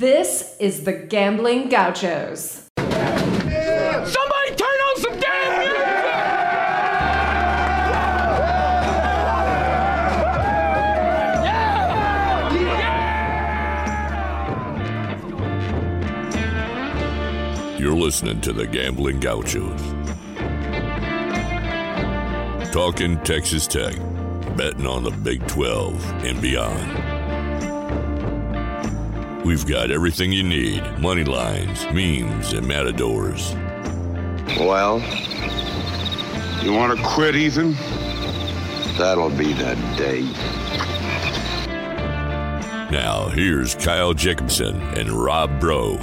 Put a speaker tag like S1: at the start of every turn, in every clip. S1: This is the Gambling Gauchos.
S2: Somebody turn on some damn music!
S3: You're listening to the Gambling Gauchos. Talking Texas Tech, betting on the Big 12 and beyond. We've got everything you need money lines, memes, and matadors.
S4: Well, you want to quit, Ethan? That'll be the day.
S3: Now, here's Kyle Jacobson and Rob Bro,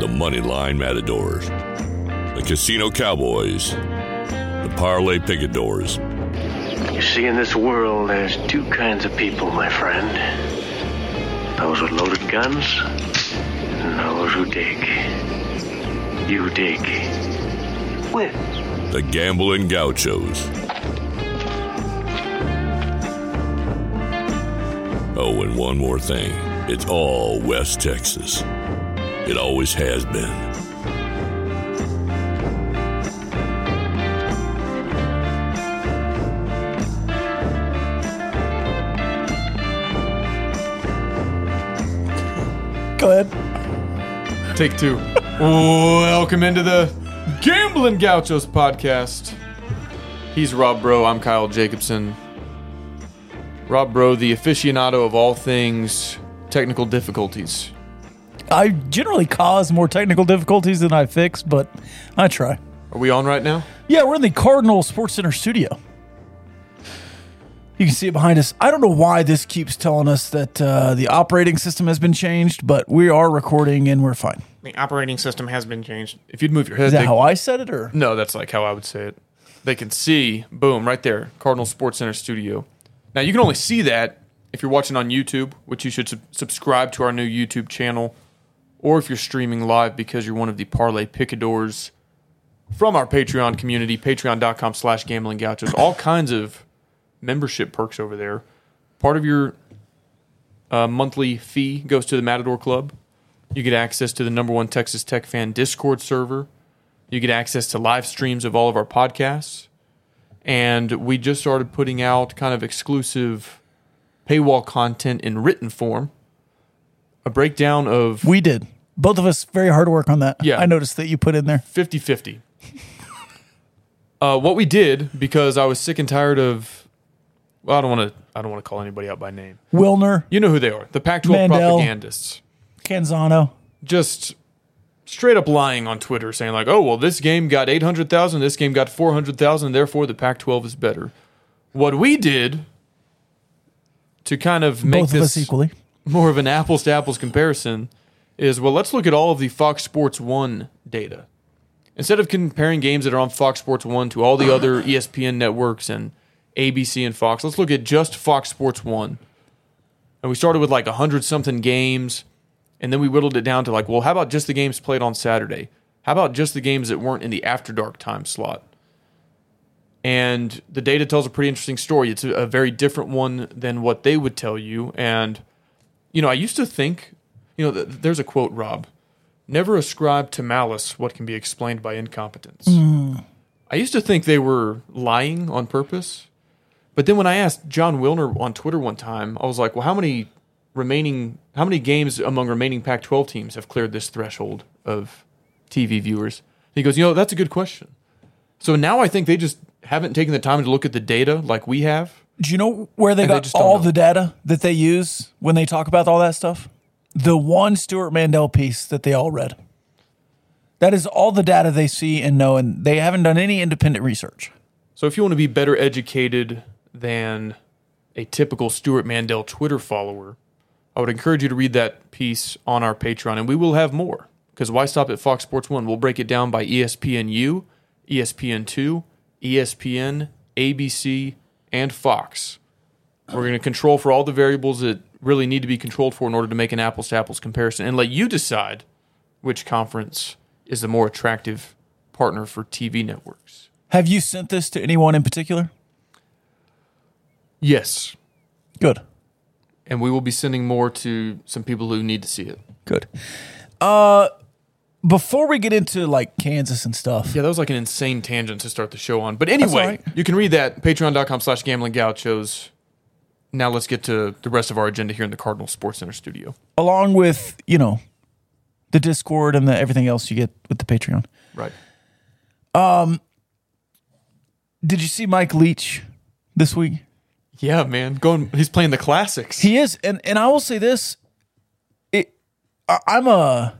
S3: the Moneyline Matadors, the Casino Cowboys, the Parlay Picadors,
S5: You see, in this world, there's two kinds of people, my friend those with loaded guns, and those who dig. You dig. With
S3: the Gambling Gauchos. Oh, and one more thing it's all West Texas. It always has been.
S6: Go ahead.
S7: Take two. Welcome into the Gambling Gauchos podcast. He's Rob Bro. I'm Kyle Jacobson. Rob Bro, the aficionado of all things technical difficulties.
S6: I generally cause more technical difficulties than I fix, but I try.
S7: Are we on right now?
S6: Yeah, we're in the Cardinal Sports Center studio. You can see it behind us. I don't know why this keeps telling us that uh, the operating system has been changed, but we are recording and we're fine.
S8: The operating system has been changed.
S7: If you'd move your head,
S6: Is that
S7: they-
S6: how I said it, or
S7: no, that's like how I would say it. They can see, boom, right there, Cardinal Sports Center studio. Now you can only see that if you're watching on YouTube, which you should sub- subscribe to our new YouTube channel, or if you're streaming live because you're one of the parlay picadors from our Patreon community, patreon.com slash gambling gauchos. All kinds of membership perks over there. Part of your uh, monthly fee goes to the Matador Club. You get access to the number one Texas Tech fan Discord server. You get access to live streams of all of our podcasts. And we just started putting out kind of exclusive paywall content in written form. A breakdown of
S6: we did. Both of us very hard work on that.
S7: Yeah.
S6: I noticed that you put in there.
S7: 50 50. uh, what we did, because I was sick and tired of, well, I don't want to, I don't want to call anybody out by name.
S6: Wilner,
S7: You know who they are the Pac 12
S6: Mandel.
S7: propagandists.
S6: Canzano.
S7: just straight up lying on Twitter, saying like, "Oh well, this game got eight hundred thousand, this game got four hundred thousand, therefore the Pac-12 is better." What we did to kind of make
S6: Both of us
S7: this
S6: equally.
S7: more of an apples to apples comparison is well, let's look at all of the Fox Sports One data instead of comparing games that are on Fox Sports One to all the other E ESPN networks and ABC and Fox. Let's look at just Fox Sports One. And we started with like 100 something games. And then we whittled it down to like, well, how about just the games played on Saturday? How about just the games that weren't in the after dark time slot? And the data tells a pretty interesting story. It's a, a very different one than what they would tell you. And, you know, I used to think, you know, th- there's a quote, Rob never ascribe to malice what can be explained by incompetence. I used to think they were lying on purpose. But then when I asked John Wilner on Twitter one time, I was like, well, how many remaining how many games among remaining Pac-12 teams have cleared this threshold of TV viewers? And he goes, "You know, that's a good question." So now I think they just haven't taken the time to look at the data like we have.
S6: Do you know where they
S7: And they
S6: got
S7: just don't
S6: all
S7: know.
S6: the data that they use when they talk about all that stuff? The one Stuart Mandel piece that they all read. That is all the data they see and know, and they haven't done any independent research.
S7: So if you want to be better educated than a typical Stuart Mandel Twitter follower, I would encourage you to read that piece on our Patreon, and we will have more. Because why stop at Fox Sports One? We'll break it down by E ESPNU, E ESPN2, ESPN, ABC, and Fox. We're going to control for all the variables that really need to be controlled for in order to make an apples to apples comparison and let you decide which conference is the more attractive partner for TV networks.
S6: Have you sent this to anyone in particular?
S7: Yes.
S6: Good.
S7: and we will be sending more to some people who need to see it.
S6: Good. Uh, before we get into like Kansas and stuff,
S7: Yeah, that was like an insane tangent to start the show on. But
S6: all
S7: anyway,
S6: right.
S7: you can read that patreon.com slash gambling gauchos. Now let's get to the rest of our agenda here in the Cardinal Sports Center studio.
S6: along with you know the Discord and the everything else you get with the Patreon.
S7: Right.
S6: Did you see Mike Leach this week?
S7: Yeah, man. Going he's playing the classics.
S6: He is, and and I will say this: it, I, I'm a,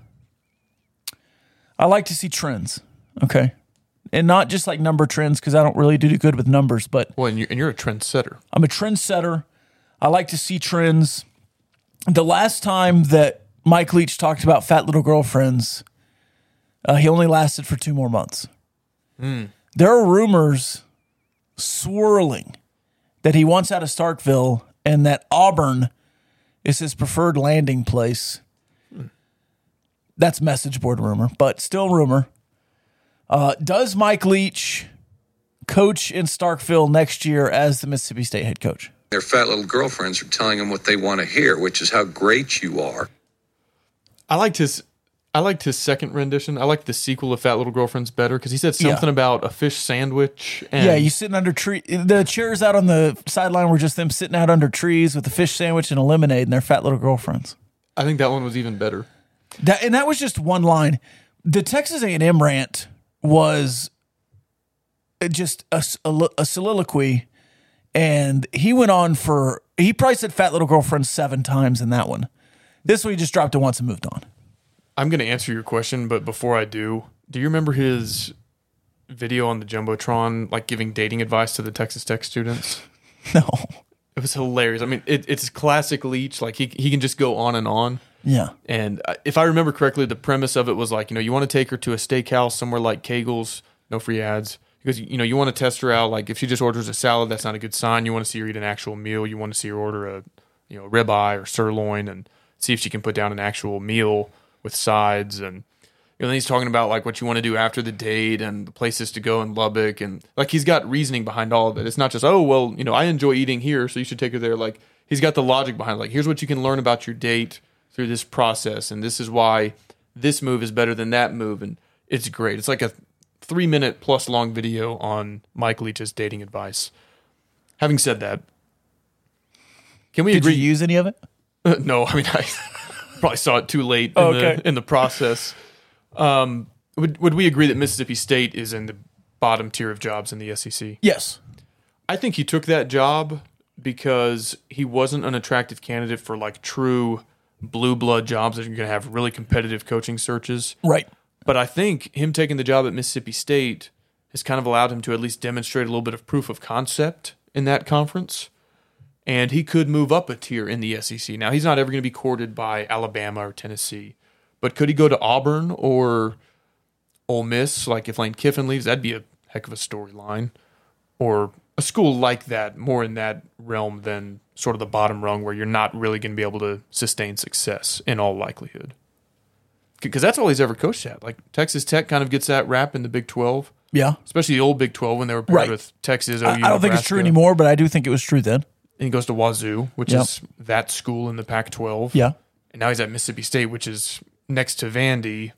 S6: I like to see trends, okay, and not just like number trends because I don't really do good with numbers, but
S7: Well, and you're, and you're a trendsetter.
S6: I'm a trendsetter. I like to see trends. The last time that Mike Leach talked about fat little girlfriends, uh, he only lasted for two more months. There are rumors swirling that he wants out of Starkville and that Auburn is his preferred landing place. That's message board rumor, but still rumor. Uh, does Mike Leach coach in Starkville next year as the Mississippi State head coach?
S9: Their fat little girlfriends are telling them what they want to hear, which is how great you are.
S7: I liked his I liked his second rendition. I liked the sequel of Fat Little Girlfriends better because he said
S6: Yeah.
S7: something about a fish sandwich and
S6: Yeah, you sitting under tree. The chairs out on the sideline were just them sitting out under trees with a fish sandwich and a lemonade and their fat little girlfriends.
S7: I think that one was even better.
S6: That and that was just one line. The Texas A&M rant was just a, s- a lo- a soliloquy, and he went on for he probably said "fat little girlfriend" seven times in that one. This one he just dropped it once and moved on.
S7: I'm going to answer your question, but before I do, do you remember his video on the Jumbotron, like giving dating advice to the Texas Tech students?
S6: No,
S7: It was hilarious. I mean, it, it's classic Leach. Like, he, he can just go on and on.
S6: yeah,
S7: And uh, if I remember correctly, the premise of it was like, you know, you want to take her to a steakhouse somewhere like Kegel's, no free ads. Because, you know, you want to test her out. Like, if she just orders a salad, that's not a good sign. You want to see her eat an actual meal. You want to see her order a, you know, ribeye or sirloin and see if she can put down an actual meal with sides. And, you know, then he's talking about like what you want to do after the date and the places to go in Lubbock. And like, he's got reasoning behind all of it. It's not just, oh, well, you know, I enjoy eating here, so you should take her there. Like, he's got the logic behind it. Like, here's what you can learn about your date through this process and this is why this move is better than that move and it's great it's like a three minute plus long video on mike leach's dating advice having said that can we
S6: did you
S7: agree
S6: use any of it?
S7: no i mean i probably saw it too late in,
S6: Okay.
S7: the, in the process um, would, would we agree that mississippi state is in the bottom tier of jobs in the sec
S6: Yes.
S7: I think he took that job because he wasn't an attractive candidate for like true blue blood jobs that you're going to have really competitive coaching searches.
S6: Right.
S7: But I think him taking the job at Mississippi State has kind of allowed him to at least demonstrate a little bit of proof of concept in that conference. And he could move up a tier in the SEC. Now, he's not ever going to be courted by Alabama or Tennessee, but could he go to Auburn or Ole Miss? Like if Lane Kiffin leaves, that'd be a heck of a storyline. Or a school like that, more in that realm than sort of the bottom rung where you're not really going to be able to sustain success in all likelihood because that's all he's ever coached at. Like Texas Tech kind of gets that rap in the Big Twelve,
S6: Yeah.
S7: especially the old Big Twelve when they were paired
S6: Right.
S7: with Texas. OU,
S6: I, I don't think it's true
S7: Nebraska.
S6: anymore, but I do think it was true then.
S7: And he goes to Wazoo, which
S6: Yep.
S7: is that school in the Pac twelve.
S6: Yeah.
S7: and now he's at Mississippi State, which is next to Vandy,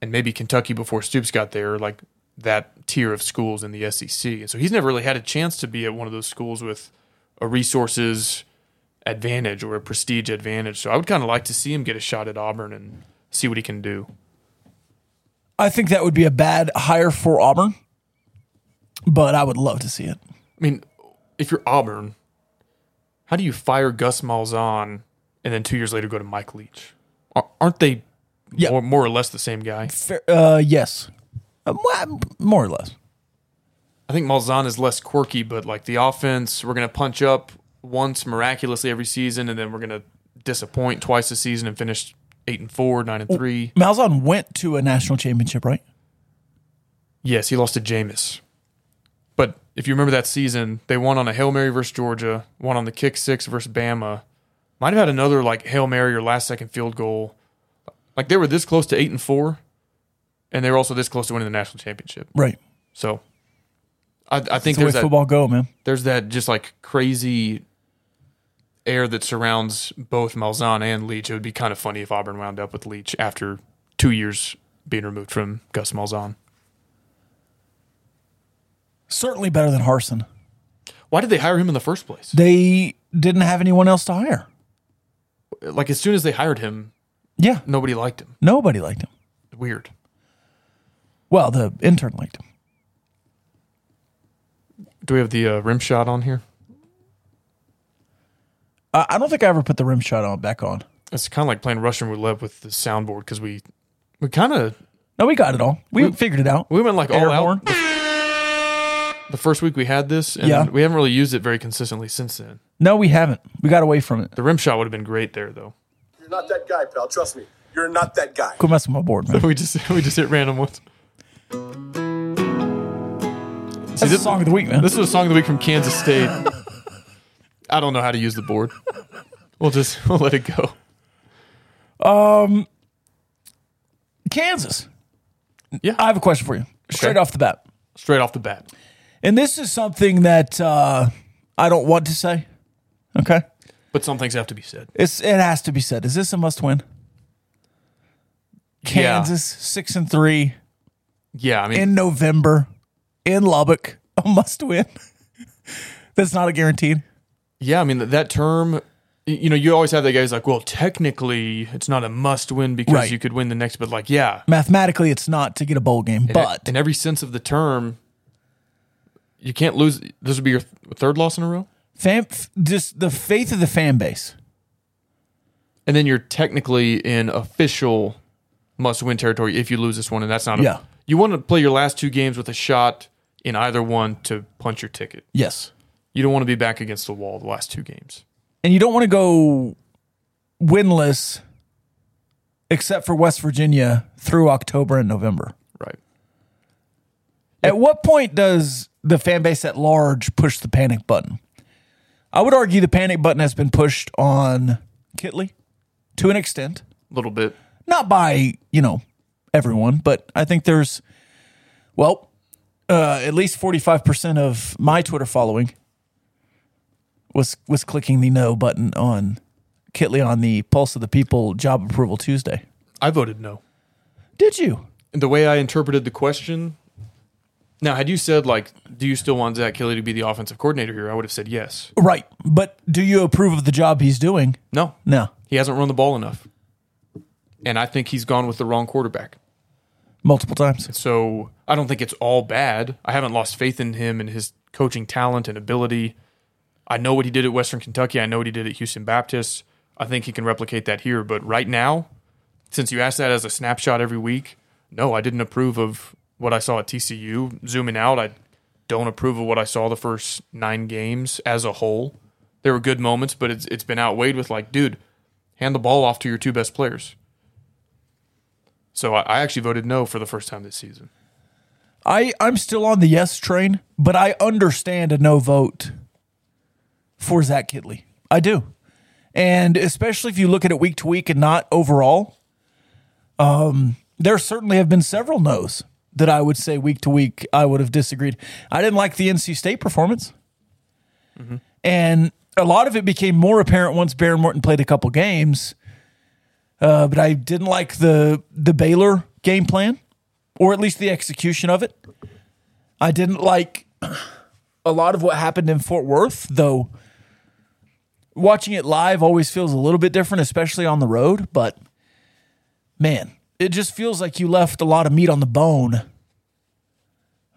S7: and maybe Kentucky before Stoops got there. Like that tier of schools in the SEC, and so he's never really had a chance to be at one of those schools with a resources advantage or a prestige advantage. So I would kind of like to see him get a shot at Auburn and see what he can do.
S6: I think that would be a bad hire for Auburn, but I would love to see it.
S7: I mean, if you're Auburn, how do you fire Gus Malzahn and then two years later go to Mike Leach? Ar- Aren't they
S6: Yeah.
S7: more, more or less the same guy?
S6: Fair, uh, yes, Um, well, more or less.
S7: I think Malzahn is less quirky, but like the offense, we're going to punch up once miraculously every season, and then we're going to disappoint twice a season and finish eight and four, nine and three.
S6: Malzahn went to a national championship, right?
S7: Yes, he lost to Jameis. But if you remember that season, they won on a Hail Mary versus Georgia, won on the kick six versus Bama. Might have had another like Hail Mary or last second field goal. Like they were this close to eight and four, and they were also this close to winning the national championship.
S6: Right.
S7: So I, I think
S6: It's the way
S7: there's that,
S6: football go, man.
S7: there's that just like crazy air that surrounds both Malzahn and Leach. It would be kind of funny if Auburn wound up with Leach after two years being removed from Gus Malzahn.
S6: Certainly better than Harson.
S7: Why did they hire him in the first place?
S6: They didn't have anyone else to hire.
S7: Like as soon as they hired him,
S6: Yeah.
S7: nobody liked him.
S6: Nobody liked him.
S7: Weird.
S6: Well, the intern liked him.
S7: Do we have the uh, rim shot on here?
S6: I, I don't think I ever put the rim shot on back on.
S7: It's kind of like playing Russian roulette with the soundboard because we we kind of
S6: No, we got it all. We, figured it out.
S7: we went like all
S6: Airborne.
S7: out the, the first week we had this, and
S6: Yeah.
S7: we haven't really used it very consistently since then.
S6: No, we haven't. We got away from it.
S7: The rim shot would have been great there though.
S10: You're not that guy, pal. Trust me. You're not that guy.
S6: Quit messing with my board, man.
S7: We just we just hit random ones.
S6: That's the song of the week, man.
S7: This is a song of the week from Kansas State. I don't know how to use the board. We'll just we'll let it go.
S6: Kansas.
S7: Yeah.
S6: I have a question for you straight off the bat.
S7: Straight off the bat.
S6: And this is something that uh, I don't want to say. Okay.
S7: But some things have to be said.
S6: It's it has to be said. Is this a must win? Kansas six and three
S7: Yeah, yeah I mean
S6: in November in Lubbock. A must win. That's not a guaranteed.
S7: Yeah, I mean that, that term. y- You know, you always have that guy who's like, "Well, technically, it's not a must-win because
S6: Right.
S7: you could win the next." But like, yeah,
S6: Mathematically, it's not to get a bowl game,
S7: in,
S6: but
S7: in every sense of the term, you can't lose. This would be your th- third loss in a row,
S6: fan, f- just the faith of the fan base.
S7: and then you're technically in official must-win territory if you lose this one, and that's not. A,
S6: Yeah.
S7: you want to play your last two games with a shot in either one to punch your ticket.
S6: Yes,
S7: You don't want to be back against the wall the last two games.
S6: and you don't want to go winless, except for West Virginia through October and November.
S7: Right.
S6: At what point does the fan base at large push the panic button? I would argue the panic button has been pushed on Kitley to an extent,
S7: A little bit.
S6: not by, you know, everyone, but I think there's, well, uh, at least 45% of my Twitter following was was clicking the no button on Kitley on the Pulse of the People job approval Tuesday.
S7: I voted no.
S6: Did you?
S7: the way I interpreted the question. Now, had you said like, do you still want Zach Kelly to be the offensive coordinator here? I would have said yes.
S6: Right. But do you approve of the job he's doing?
S7: No,
S6: No.
S7: he hasn't run the ball enough, and I think he's gone with the wrong quarterback.
S6: Multiple times.
S7: So I don't think it's all bad. I haven't lost faith in him and his coaching talent and ability. I know what he did at Western Kentucky. I know what he did at Houston Baptist. I think he can replicate that here. But right now, since you ask that as a snapshot every week, no, I didn't approve of what I saw at TCU. Zooming out, I don't approve of what I saw the first nine games as a whole. There were good moments, but it's it's been outweighed with like, dude, hand the ball off to your two best players. So I, I actually voted no for the first time this season.
S6: I I'm still on the yes train, but I understand a no vote for Zach Kitley. I do, and especially if you look at it week to week and not overall. Um, there certainly have been several no's that I would say week to week I would have disagreed. I didn't like the NC State performance, and a lot of it became more apparent once Baron Morton played a couple games. Uh, but I didn't like the the Baylor game plan or at least the execution of it. I didn't like a lot of what happened in Fort Worth, though watching it live always feels a little bit different, especially on the road. But man, it just feels like you left a lot of meat on the bone.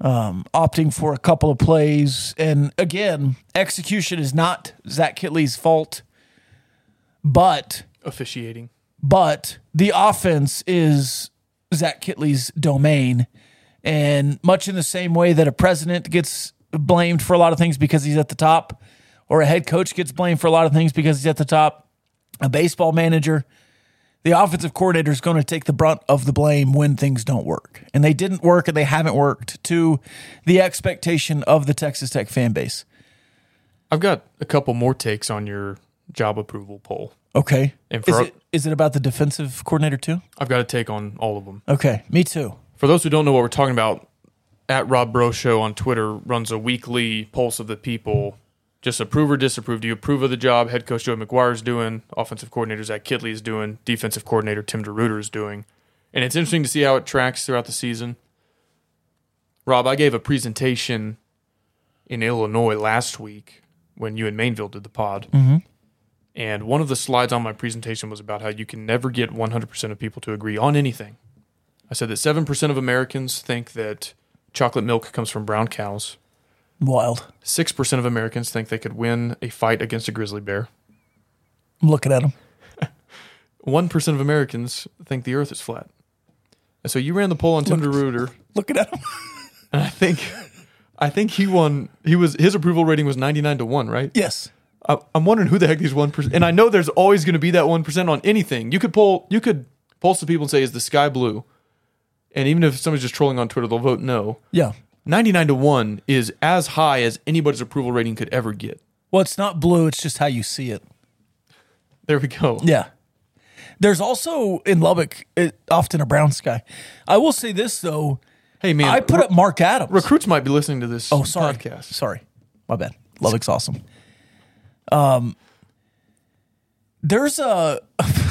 S6: Um, opting for a couple of plays. And again, execution is not Zach Kitley's fault, but
S7: officiating.
S6: but the offense is Zach Kitley's domain. And much in the same way that a president gets blamed for a lot of things because he's at the top, or a head coach gets blamed for a lot of things because he's at the top, a baseball manager, the offensive coordinator is going to take the brunt of the blame when things don't work. And they didn't work and they haven't worked to the expectation of the Texas Tech fan base.
S7: I've got a couple more takes on your job approval poll.
S6: Okay.
S7: And
S6: is,
S7: for-
S6: it, is it about the defensive coordinator too?
S7: I've got a take on all of them.
S6: Okay. Me too.
S7: For those who don't know what we're talking about, at Rob Bro Show on Twitter runs a weekly pulse of the people Just approve or disapprove. Do you approve of the job head coach Joey McGuire is doing, offensive coordinator Zach Kidley is doing, defensive coordinator Tim DeRuiter is doing? And it's interesting to see how it tracks throughout the season. Rob, I gave a presentation in Illinois last week when you and Mainville did the pod. And one of the slides on my presentation was about how you can never get 100% of people to agree on anything. I said that 7% of Americans think that chocolate milk comes from brown cows.
S6: Wild.
S7: 6% of Americans think they could win a fight against a grizzly bear.
S6: I'm looking at him.
S7: 1% of Americans think the earth is flat. And so you ran the poll on Tim DeRuiter.
S6: Looking at him.
S7: I think I think he won. He was his approval rating was 99 to 1, right?
S6: yes.
S7: I, I'm wondering who the heck these 1% and I know there's always going to be that 1% on anything. You could poll you could poll some people and say is the sky blue? And even if somebody's just trolling on Twitter, they'll vote no.
S6: Yeah.
S7: 99 to 1 is as high as anybody's approval rating could ever get.
S6: Well, it's not blue. It's just how you see it.
S7: There we go.
S6: Yeah. There's also in Lubbock it, often a brown sky. I will say this though.
S7: Hey man,
S6: I put up Mark Adams.
S7: recruits might be listening to this
S6: Oh, sorry.
S7: podcast.
S6: Sorry. My bad. Lubbock's awesome. Um, there's a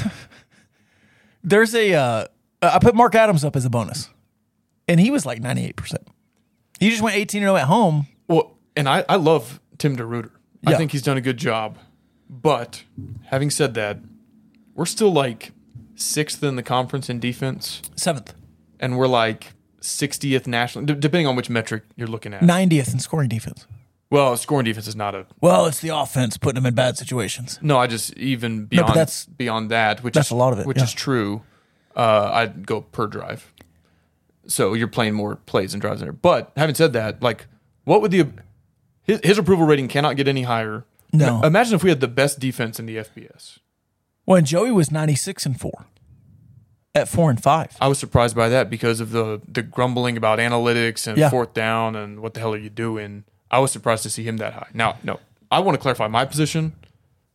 S6: there's a uh, I put Mark Adams up as a bonus, and he was like 98. percent He just went 18 and 0 at home.
S7: Well, and I, I love Tim DeRuiter. I
S6: Yeah.
S7: think he's done a good job. But having said that, we're still like sixth in the conference in defense,
S6: Seventh,
S7: and we're like 60th national, d- depending on which metric you're looking at.
S6: 90th in scoring defense.
S7: Well, scoring defense is not a
S6: Well, it's the offense putting them in bad situations.
S7: no. I just even beyond
S6: that's-
S7: beyond that, which
S6: that's
S7: is,
S6: a lot of it,
S7: which
S6: yeah.
S7: is true. Uh, I'd go per drive. So you're playing more plays and drives in there. But having said that, like, what would the his, his approval rating cannot get any higher?
S6: No.
S7: Imagine if we had the best defense in the FBS.
S6: When Joey was 96 and four, at four and five.
S7: I was surprised by that because of the the grumbling about analytics and
S6: Yeah.
S7: fourth down and what the hell are you doing. I was surprised to see him that high. Now, no, I want to clarify my position.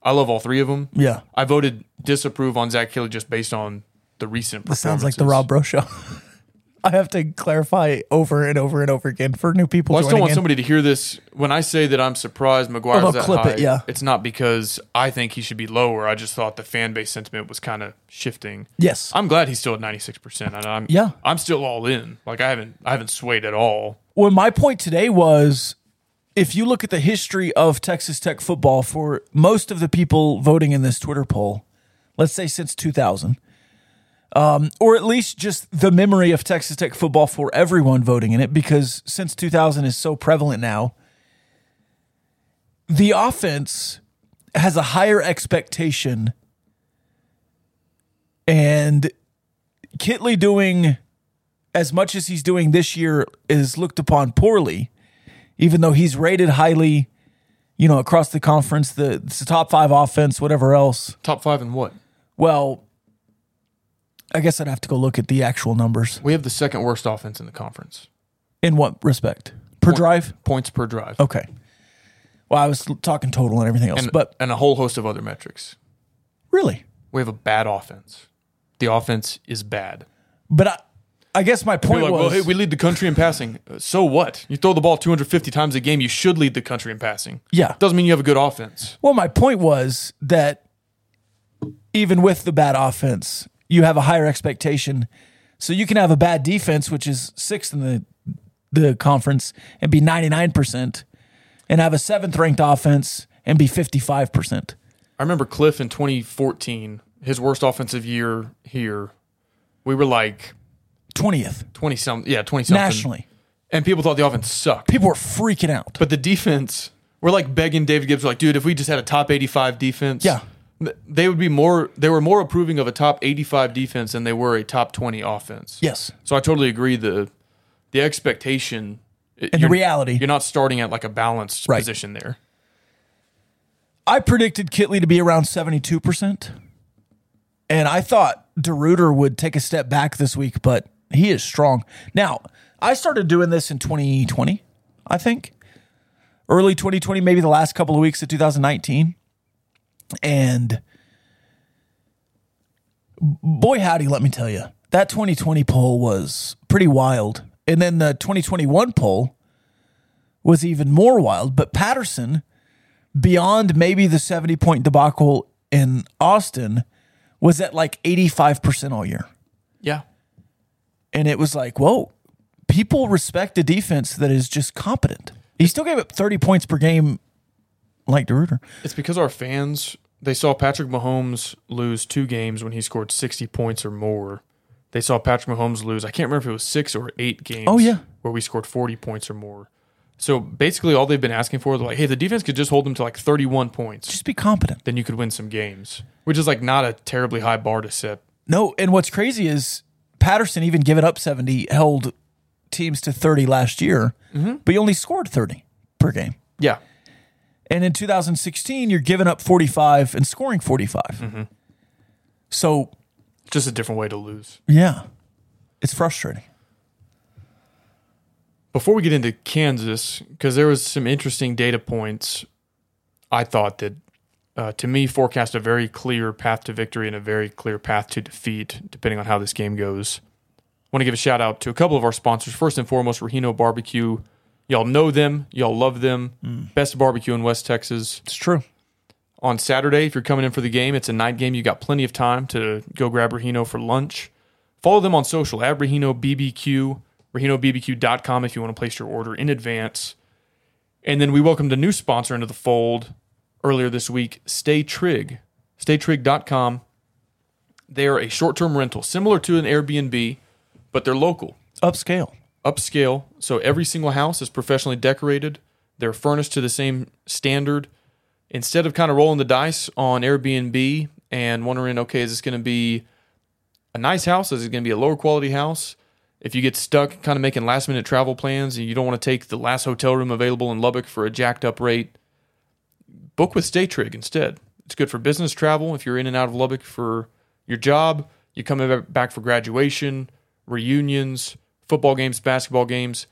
S7: I love all three of them.
S6: Yeah.
S7: I voted disapprove on Zach Kelly just based on the recent.
S6: This sounds like the
S7: performances.
S6: Rob Bro show. I have to clarify over and over and over again for new people.
S7: Well, I still
S6: joining
S7: want
S6: in.
S7: somebody to hear this. When I say that I'm surprised McGuire's
S6: Oh,
S7: that
S6: clip
S7: high,
S6: it, yeah.
S7: it's not because I think he should be lower. I just thought the fan base sentiment was kind of shifting.
S6: Yes.
S7: I'm glad he's still at 96, percent and I'm
S6: Yeah.
S7: I'm still all in. Like I haven't I haven't swayed at all.
S6: well, my point today was if you look at the history of Texas Tech football for most of the people voting in this Twitter poll, let's say since 2000, um, or at least just the memory of Texas Tech football for everyone voting in it, because since 2000 is so prevalent now, the offense has a higher expectation. And Kitley doing as much as he's doing this year is looked upon poorly, even though he's rated highly, you know, across the conference, the, it's the top five offense, whatever else.
S7: Top five in what?
S6: Well, I guess I'd have to go look at the actual numbers.
S7: We have the second worst offense in the conference.
S6: In what respect? Per drive?
S7: Points per drive.
S6: Okay. Well, I was talking total and everything else,
S7: and,
S6: but
S7: and a whole host of other metrics.
S6: really,
S7: We have a bad offense. The offense is bad.
S6: but I, I guess my
S7: People
S6: point
S7: are like,
S6: was,
S7: well, hey, we lead the country in passing. Uh, So what? You throw the ball 250 times a game, you should lead the country in passing.
S6: yeah.
S7: Doesn't mean you have a good offense.
S6: Well, my point was that even with the bad offense, you have a higher expectation. So you can have a bad defense, which is sixth in the the conference, and be ninety nine percent, and have a seventh ranked offense and be fifty five percent.
S7: I remember Cliff in 2014, his worst offensive year here. We were like
S6: Twentieth
S7: 20 something. Yeah, 20 something.
S6: nationally.
S7: And people thought the offense sucked.
S6: People were freaking out.
S7: But the defense, we're like begging David Gibbs, we're like, dude, if we just had a top 85 defense,
S6: Yeah.
S7: th- they would be more, they were more approving of a top 85 defense than they were a top 20 offense.
S6: yes.
S7: So I totally agree. The the expectation and
S6: the reality.
S7: You're not starting at like a balanced
S6: Right.
S7: position there.
S6: I predicted Kitley to be around 72%. And I thought DeRuiter would take a step back this week, but he is strong. Now, I started doing this in 2020, I think. Early 2020, maybe the last couple of weeks of 2019. And boy, howdy, let me tell you, that 2020 poll was pretty wild. And then the 2021 poll was even more wild. But Patterson beyond maybe the 70 point debacle in Austin was at like 85% all year.
S7: Yeah.
S6: And it was like, whoa, people respect a defense that is just competent. He still gave up 30 points per game, like DeRuiter.
S7: It's because our fans they saw Patrick Mahomes lose two games when he scored sixty points or more. They saw Patrick Mahomes lose. I can't remember if it was six or eight games.
S6: Oh, yeah.
S7: where we scored forty points or more. So basically, all they've been asking for, they're like, "Hey, the defense could just hold them to like thirty-one points,
S6: Just be competent.
S7: then you could win some games," which is like not a terribly high bar to set.
S6: No, and what's crazy is Patterson even giving up 70 held teams to 30 last year, but you only scored 30 per game.
S7: Yeah,
S6: And in 2016, you're giving up 45 and scoring 45. So,
S7: just a different way to lose.
S6: yeah, it's frustrating.
S7: Before we get into Kansas, because there was some interesting data points, I thought that uh, to me forecast a very clear path to victory and a very clear path to defeat, depending on how this game goes. Want to give a shout out to a couple of our sponsors. First and foremost, Rehino Barbecue. Y'all know them, y'all love them. Best barbecue in West Texas.
S6: It's true.
S7: on Saturday. If you're coming in for the game, it's a night game. You got plenty of time to go grab Rahino for lunch. Follow them on social at Rahino BBQ, RahinoBBQ.com if you want to place your order in advance. And then we welcomed a new sponsor into the fold earlier this week, Stay Trig. StayTrig.com. They are a short term rental, similar to an Airbnb, but they're local
S6: Upscale.
S7: upscale. So every single house is professionally decorated. They're furnished to the same standard. Instead of kind of rolling the dice on Airbnb and wondering, okay, is this going to be a nice house? Is it going to be a lower quality house? If you get stuck kind of making last minute travel plans and you don't want to take the last hotel room available in Lubbock for a jacked up rate, book with StayTrig instead. It's good for business travel if you're in and out of Lubbock for your job. You come ab- back for graduation, reunions, football games, basketball games,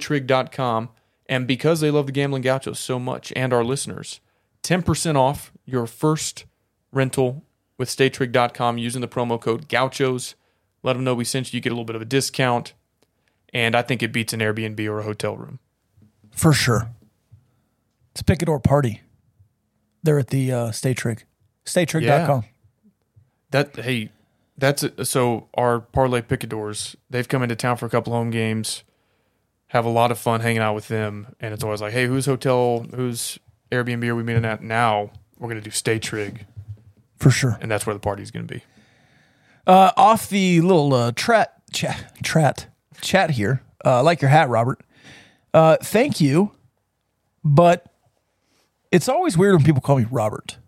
S7: staytrig.com. And because they love the Gambling Gauchos so much and our listeners, 10% off your first rental with staytrig.com using the promo code Gauchos. Let them know we sent you. You get a little bit of a discount. And I think it beats an Airbnb or a hotel room.
S6: For sure. It's a Picador party. They're at the uh, Stay Trig. StayTrig.com.
S7: That hey, that's it. so our parlay picadors. They've come into town for a couple home games. Have a lot of fun hanging out with them, and it's always like, hey, whose hotel, whose Airbnb are we meeting at now? We're gonna do stay trig,
S6: For sure.
S7: and that's where the party's gonna be.
S6: Uh, off the little uh, trat, chat, trat, chat here. Uh, I like your hat, Robert. Uh, thank you. But it's always weird when people call me Robert.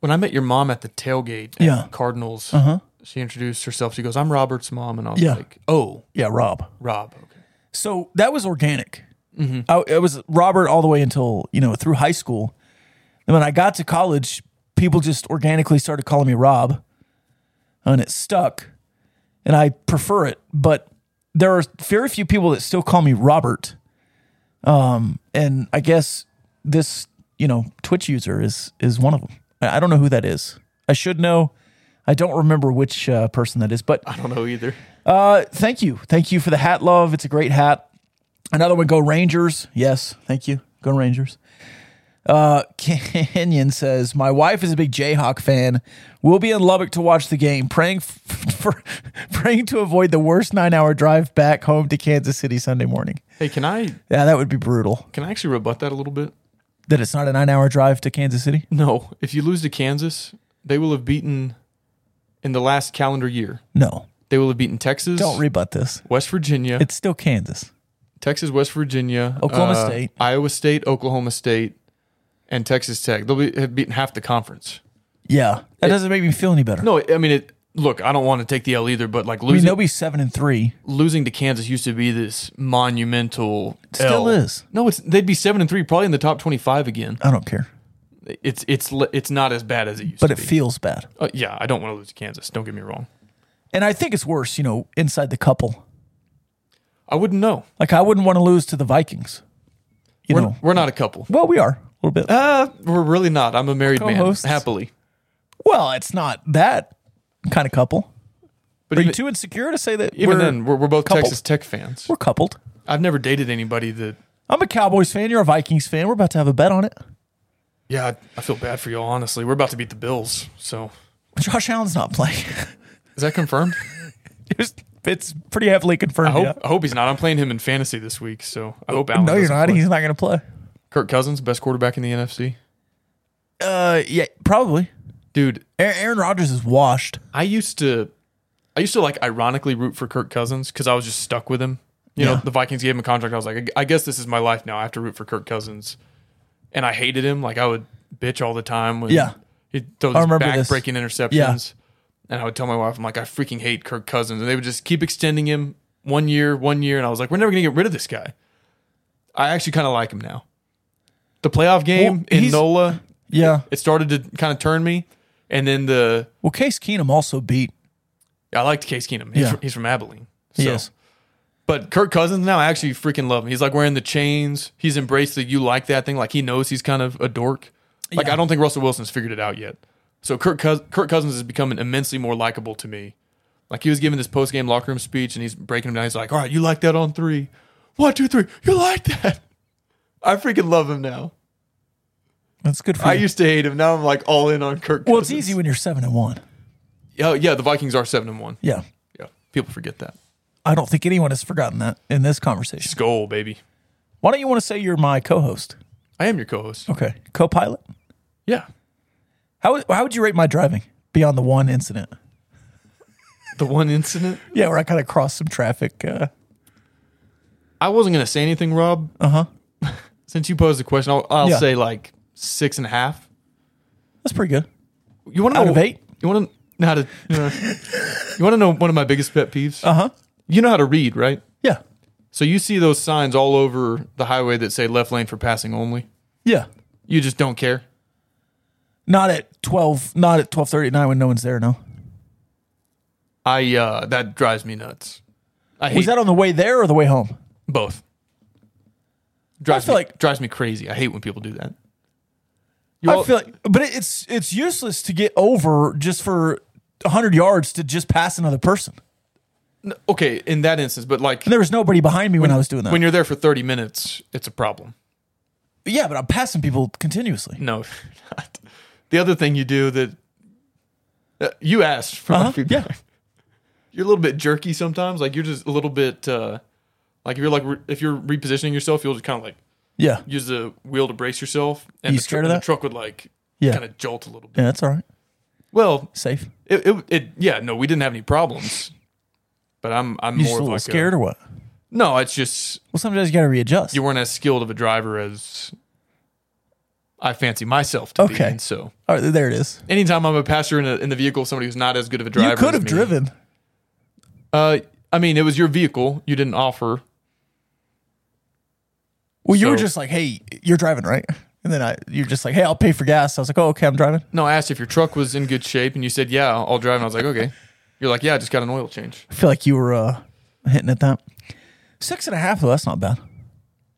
S7: When I met your mom at the tailgate, at
S6: Yeah. Uh-huh.
S7: Cardinals. She introduced herself. She goes, "I'm Robert's mom," and I was
S6: Yeah.
S7: like, "Oh,
S6: Yeah, Rob.
S7: Rob." Okay.
S6: So that was organic. I, it was Robert all the way until, you know, through high school. And when I got to college, people just organically started calling me Rob and it stuck. And I prefer it, but there are very few people that still call me Robert. Um, and I guess this, you know, Twitch user is is one of them. I, I don't know who that is. I should know. I don't remember which uh, person that is, but
S7: I don't know either.
S6: uh, thank you. Thank you for the hat love. It's a great hat. Another one, go Rangers. Yes, thank you. Go Rangers. Uh, Canyon says, My wife is a big Jayhawk fan. We'll be in Lubbock to watch the game, praying, f- for, praying to avoid the worst nine hour drive back home to Kansas City Sunday morning.
S7: Hey, can I
S6: Yeah, that would be brutal.
S7: can I actually rebut that a little bit?
S6: That it's not a nine hour drive to Kansas City?
S7: No, if you lose to Kansas, they will have beaten in the last calendar year.
S6: No.
S7: They will have beaten Texas,
S6: Don't rebut this.
S7: West Virginia,
S6: It's still Kansas.
S7: Texas, West Virginia, uh,
S6: Oklahoma State.
S7: Iowa State, Oklahoma State, and Texas Tech. They'll be, have beaten half the conference.
S6: Yeah. That doesn't make me feel any better.
S7: No, I mean it. Look, I don't want to take the L either, but like
S6: I mean,
S7: losing
S6: they'll be seven and three.
S7: losing to Kansas used to be this monumental.
S6: Still
S7: L.
S6: is.
S7: No, it's they'd be seven and three, probably in the top twenty-five again.
S6: I don't care,
S7: It's it's le- it's not as bad as it used
S6: but
S7: to
S6: it
S7: be.
S6: feels bad.
S7: Uh, yeah, I don't want to lose to Kansas. Don't get me wrong.
S6: And I think it's worse, you know, inside the couple.
S7: I wouldn't know.
S6: Like I wouldn't want to lose to the Vikings. You
S7: we're,
S6: know.
S7: we're not a couple.
S6: Well, we are a little bit.
S7: Uh, we're really not. I'm a married
S6: Co-hosts.
S7: man, happily.
S6: well, it's not that kind of couple.
S7: But
S6: Are you
S7: even,
S6: too insecure to say that?
S7: even
S6: we're,
S7: then, we're, we're both
S6: coupled.
S7: Texas Tech fans.
S6: we're coupled.
S7: I've never dated anybody that.
S6: I'm a Cowboys fan. You're a Vikings fan. We're about to have a bet on it.
S7: Yeah, I, I feel bad for y'all. Honestly, we're about to beat the Bills. So
S6: Josh Allen's not playing.
S7: is that confirmed?
S6: it's, it's pretty heavily confirmed.
S7: I hope.
S6: yeah.
S7: I hope he's not. I'm playing him in fantasy this week. So I hope Allen.
S6: No, you're
S7: doesn't
S6: not.
S7: play.
S6: He's not going to play.
S7: Kirk Cousins, best quarterback in the NFC.
S6: Uh, yeah, probably.
S7: Dude,
S6: Aaron, Aaron Rodgers is washed.
S7: I used to, I used to like ironically root for Kirk Cousins because I was just stuck with him. You know,
S6: Yeah.
S7: the Vikings gave him a contract. I was like, I I guess this is my life now. I have to root for Kirk Cousins, and I hated him. Like I would bitch all the time. When
S6: Yeah.
S7: he throw
S6: I
S7: these
S6: remember this.
S7: back-breaking interceptions.
S6: Yeah.
S7: And I would tell my wife, I'm like, I freaking hate Kirk Cousins, and they would just keep extending him one year, one year, and I was like, we're never gonna get rid of this guy. I actually kind of like him now. The playoff game
S6: Well,
S7: in
S6: he's-
S7: NOLA,
S6: Yeah.
S7: it started to kind of turn me, and then the
S6: Well, Case Keenum also beat.
S7: I liked Case Keenum. He's,
S6: Yeah.
S7: from, he's from Abilene. So.
S6: He is.
S7: But Kirk Cousins now, I actually freaking love him. He's like wearing the chains. He's embraced the you like that thing. Like he knows he's kind of a dork. Like I don't think Russell Wilson's figured it out yet. So Kirk, Cous- Kirk Cousins is becoming immensely more likable to me. Like he was giving this post game locker room speech and he's breaking him down. He's like, all right, you like that on three. One, two, three. You like that. I freaking love him now.
S6: That's good for
S7: I
S6: you.
S7: used to hate him. Now I'm like all in on Kirk
S6: well,
S7: Cousins.
S6: it's easy when you're seven and one.
S7: Oh, yeah, the Vikings are 7 and 1.
S6: Yeah.
S7: Yeah. People forget that.
S6: I don't think anyone has forgotten that in this conversation.
S7: Skull, baby.
S6: Why don't you want to say you're my co-host?
S7: I am your co host.
S6: Okay, co-pilot.
S7: Yeah.
S6: How how would you rate my driving beyond the one incident?
S7: The one incident.
S6: Yeah, where I kind of crossed some traffic. Uh,
S7: I wasn't gonna say anything, Rob. Uh huh. Since you posed the question, I'll, I'll
S6: Uh-huh. Yeah.
S7: say like six and a half.
S6: that's pretty good.
S7: You want to
S6: Out
S7: know
S6: of eight?
S7: You want to know how to? you want to know one of my biggest pet peeves?
S6: Uh-huh.
S7: Uh huh. You know how to read, right?
S6: Yeah,
S7: So you see those signs all over the highway that say left lane for passing only.
S6: yeah.
S7: You just don't care.
S6: Not at twelve. Not at twelve thirty at night when no one's there. No.
S7: I uh, that drives me nuts. I hate
S6: Was that on the way there or the way home?
S7: both. Drives
S6: I feel
S7: me,
S6: like-
S7: drives me crazy. I hate when people do that.
S6: I feel like, but it- it's it's useless to get over just for hundred yards to just pass another person.
S7: okay in that instance, but like
S6: And there was nobody behind me when, I was doing that.
S7: when you're there for 30 minutes, it's a problem.
S6: yeah, but I'm passing people continuously.
S7: No, you're not. The other thing you do that uh, you asked for my
S6: Uh-huh,
S7: feedback.
S6: yeah.
S7: You're a little bit jerky sometimes. Like you're just a little bit uh, like if you're like re- if you're repositioning yourself, you'll just kind of like
S6: Yeah,
S7: use the wheel to brace yourself, and
S6: You
S7: the,
S6: scared of
S7: and the
S6: that?
S7: truck would like
S6: Yeah.
S7: kind of jolt a little bit.
S6: yeah, that's all right.
S7: Well,
S6: Safe.
S7: it, it, it yeah no, we didn't have any problems, but I'm I'm
S6: You just
S7: more
S6: a
S7: of
S6: little
S7: like
S6: scared
S7: A,
S6: or what?
S7: no, it's just
S6: Well, sometimes you got to readjust.
S7: you weren't as skilled of a driver as I fancy myself to be.
S6: Okay.
S7: And so
S6: all right, there it is.
S7: anytime I'm a passenger in, a, in the vehicle of somebody who's not as good of a driver,
S6: you could
S7: as
S6: have
S7: me,
S6: driven.
S7: Uh, I mean, it was your vehicle. You didn't offer.
S6: Well, you were
S7: So-
S6: just like, "Hey, you're driving, right?" And then I, you're just like, "Hey, I'll pay for gas." I was like, "Oh, okay, I'm driving."
S7: No, I asked if your truck was in good shape, and you said, "Yeah, I'll drive." And I was like, "Okay." You're like, "Yeah, I just got an oil change."
S6: I feel like you were uh, hitting at that six and a half though. That's not bad.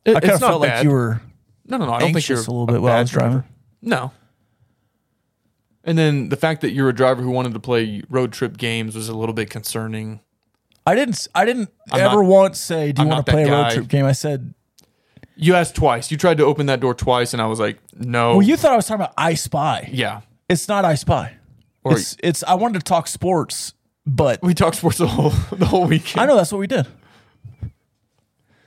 S7: It,
S6: I kind of felt
S7: bad.
S6: like you were
S7: No, no, no. I don't think you're
S6: anxious a little bit while I
S7: bad
S6: was driving.
S7: driver. No. And then the fact that you're a driver who wanted to play road trip games was a little bit concerning.
S6: I didn't. s- I didn't
S7: I'm
S6: ever
S7: not-
S6: once say, "Do you
S7: I'm
S6: want
S7: not
S6: to play
S7: that
S6: a road
S7: guy.
S6: trip game?" I said,
S7: You asked twice. You tried to open that door twice, and I was like, "No."
S6: "Well, you thought I was talking about I Spy.
S7: Oh. yeah.
S6: It's not I Spy.
S7: Or-
S6: it's it's. I wanted to talk sports, but
S7: We talked sports the whole the whole weekend.
S6: I know that's what we did.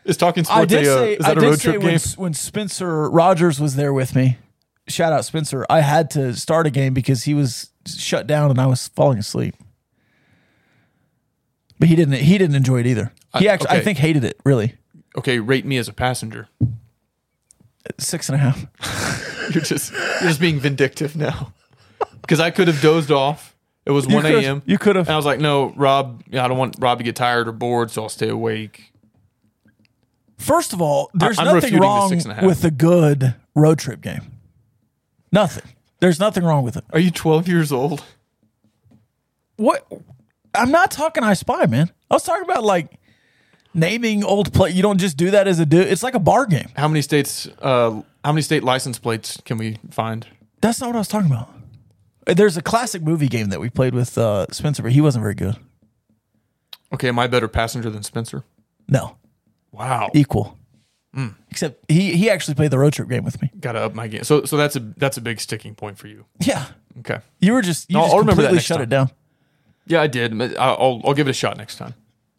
S7: Is talking sports
S6: I did
S7: a, uh,
S6: say.
S7: is
S6: I
S7: that a
S6: did
S7: road
S6: say
S7: trip
S6: when,
S7: game?
S6: S- when Spencer Rogers was there with me. Shout out Spencer. I had to start a game because he was shut down and I was falling asleep. But he didn't. He didn't enjoy it either. He
S7: I-
S6: actually, I
S7: okay.
S6: think, hated it. Really,
S7: Okay, rate me as a passenger.
S6: six and a half.
S7: You're just you're just being vindictive now. Because I could have dozed off. It was
S6: You
S7: one
S6: could've-
S7: a.m.
S6: you could've.
S7: And I was like, no, Rob. yeah, I don't want Rob to get tired or bored, so I'll stay awake.
S6: First of all, there's
S7: I'm
S6: nothing
S7: refuting the
S6: wrong
S7: six and a half.
S6: with a good road trip game. Nothing. There's nothing wrong with it.
S7: Are you 12 years old?
S6: What? I'm not talking I Spy, man. I was talking about like naming old play. You don't just do that as a dude. It's like a bar game.
S7: How many states? Uh, how many state license plates can we find?
S6: That's not what I was talking about. Uh, There's a classic movie game that we played with uh, Spencer, but he wasn't very good.
S7: Okay, am I a better passenger than Spencer?
S6: No,
S7: Wow.
S6: equal.
S7: Hmm.
S6: Except he he actually played the road trip game with me.
S7: Gotta up my game. So so that's a that's a big sticking point for you.
S6: Yeah,
S7: Okay.
S6: you were just you
S7: I'll-
S6: just
S7: I'll remember that
S6: completely
S7: next
S6: shut
S7: time.
S6: it down.
S7: Yeah, I did. but I- I'll I'll give it a shot next time.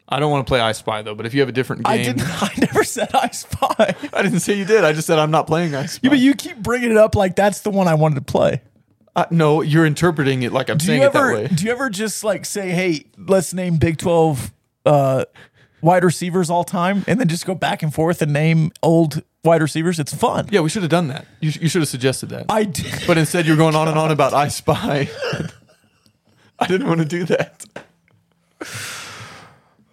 S7: I don't want to play I Spy though. But if you have a different game,
S6: I didn't. I never said I spy.
S7: I didn't say you did. I just said I'm not playing I Spy.
S6: Yeah, but you keep bringing it up like that's the one I wanted to play.
S7: Uh, no, you're interpreting it like I'm
S6: Do
S7: saying
S6: you ever
S7: it that way.
S6: do you ever just like say, hey, let's name Big Twelve uh, wide receivers all time, and then just go back and forth and name old wide receivers? It's fun.
S7: Yeah, we should have done that. You, sh- you should have suggested that.
S6: I did.
S7: but instead, you're going on and on about I Spy. I didn't want to do that.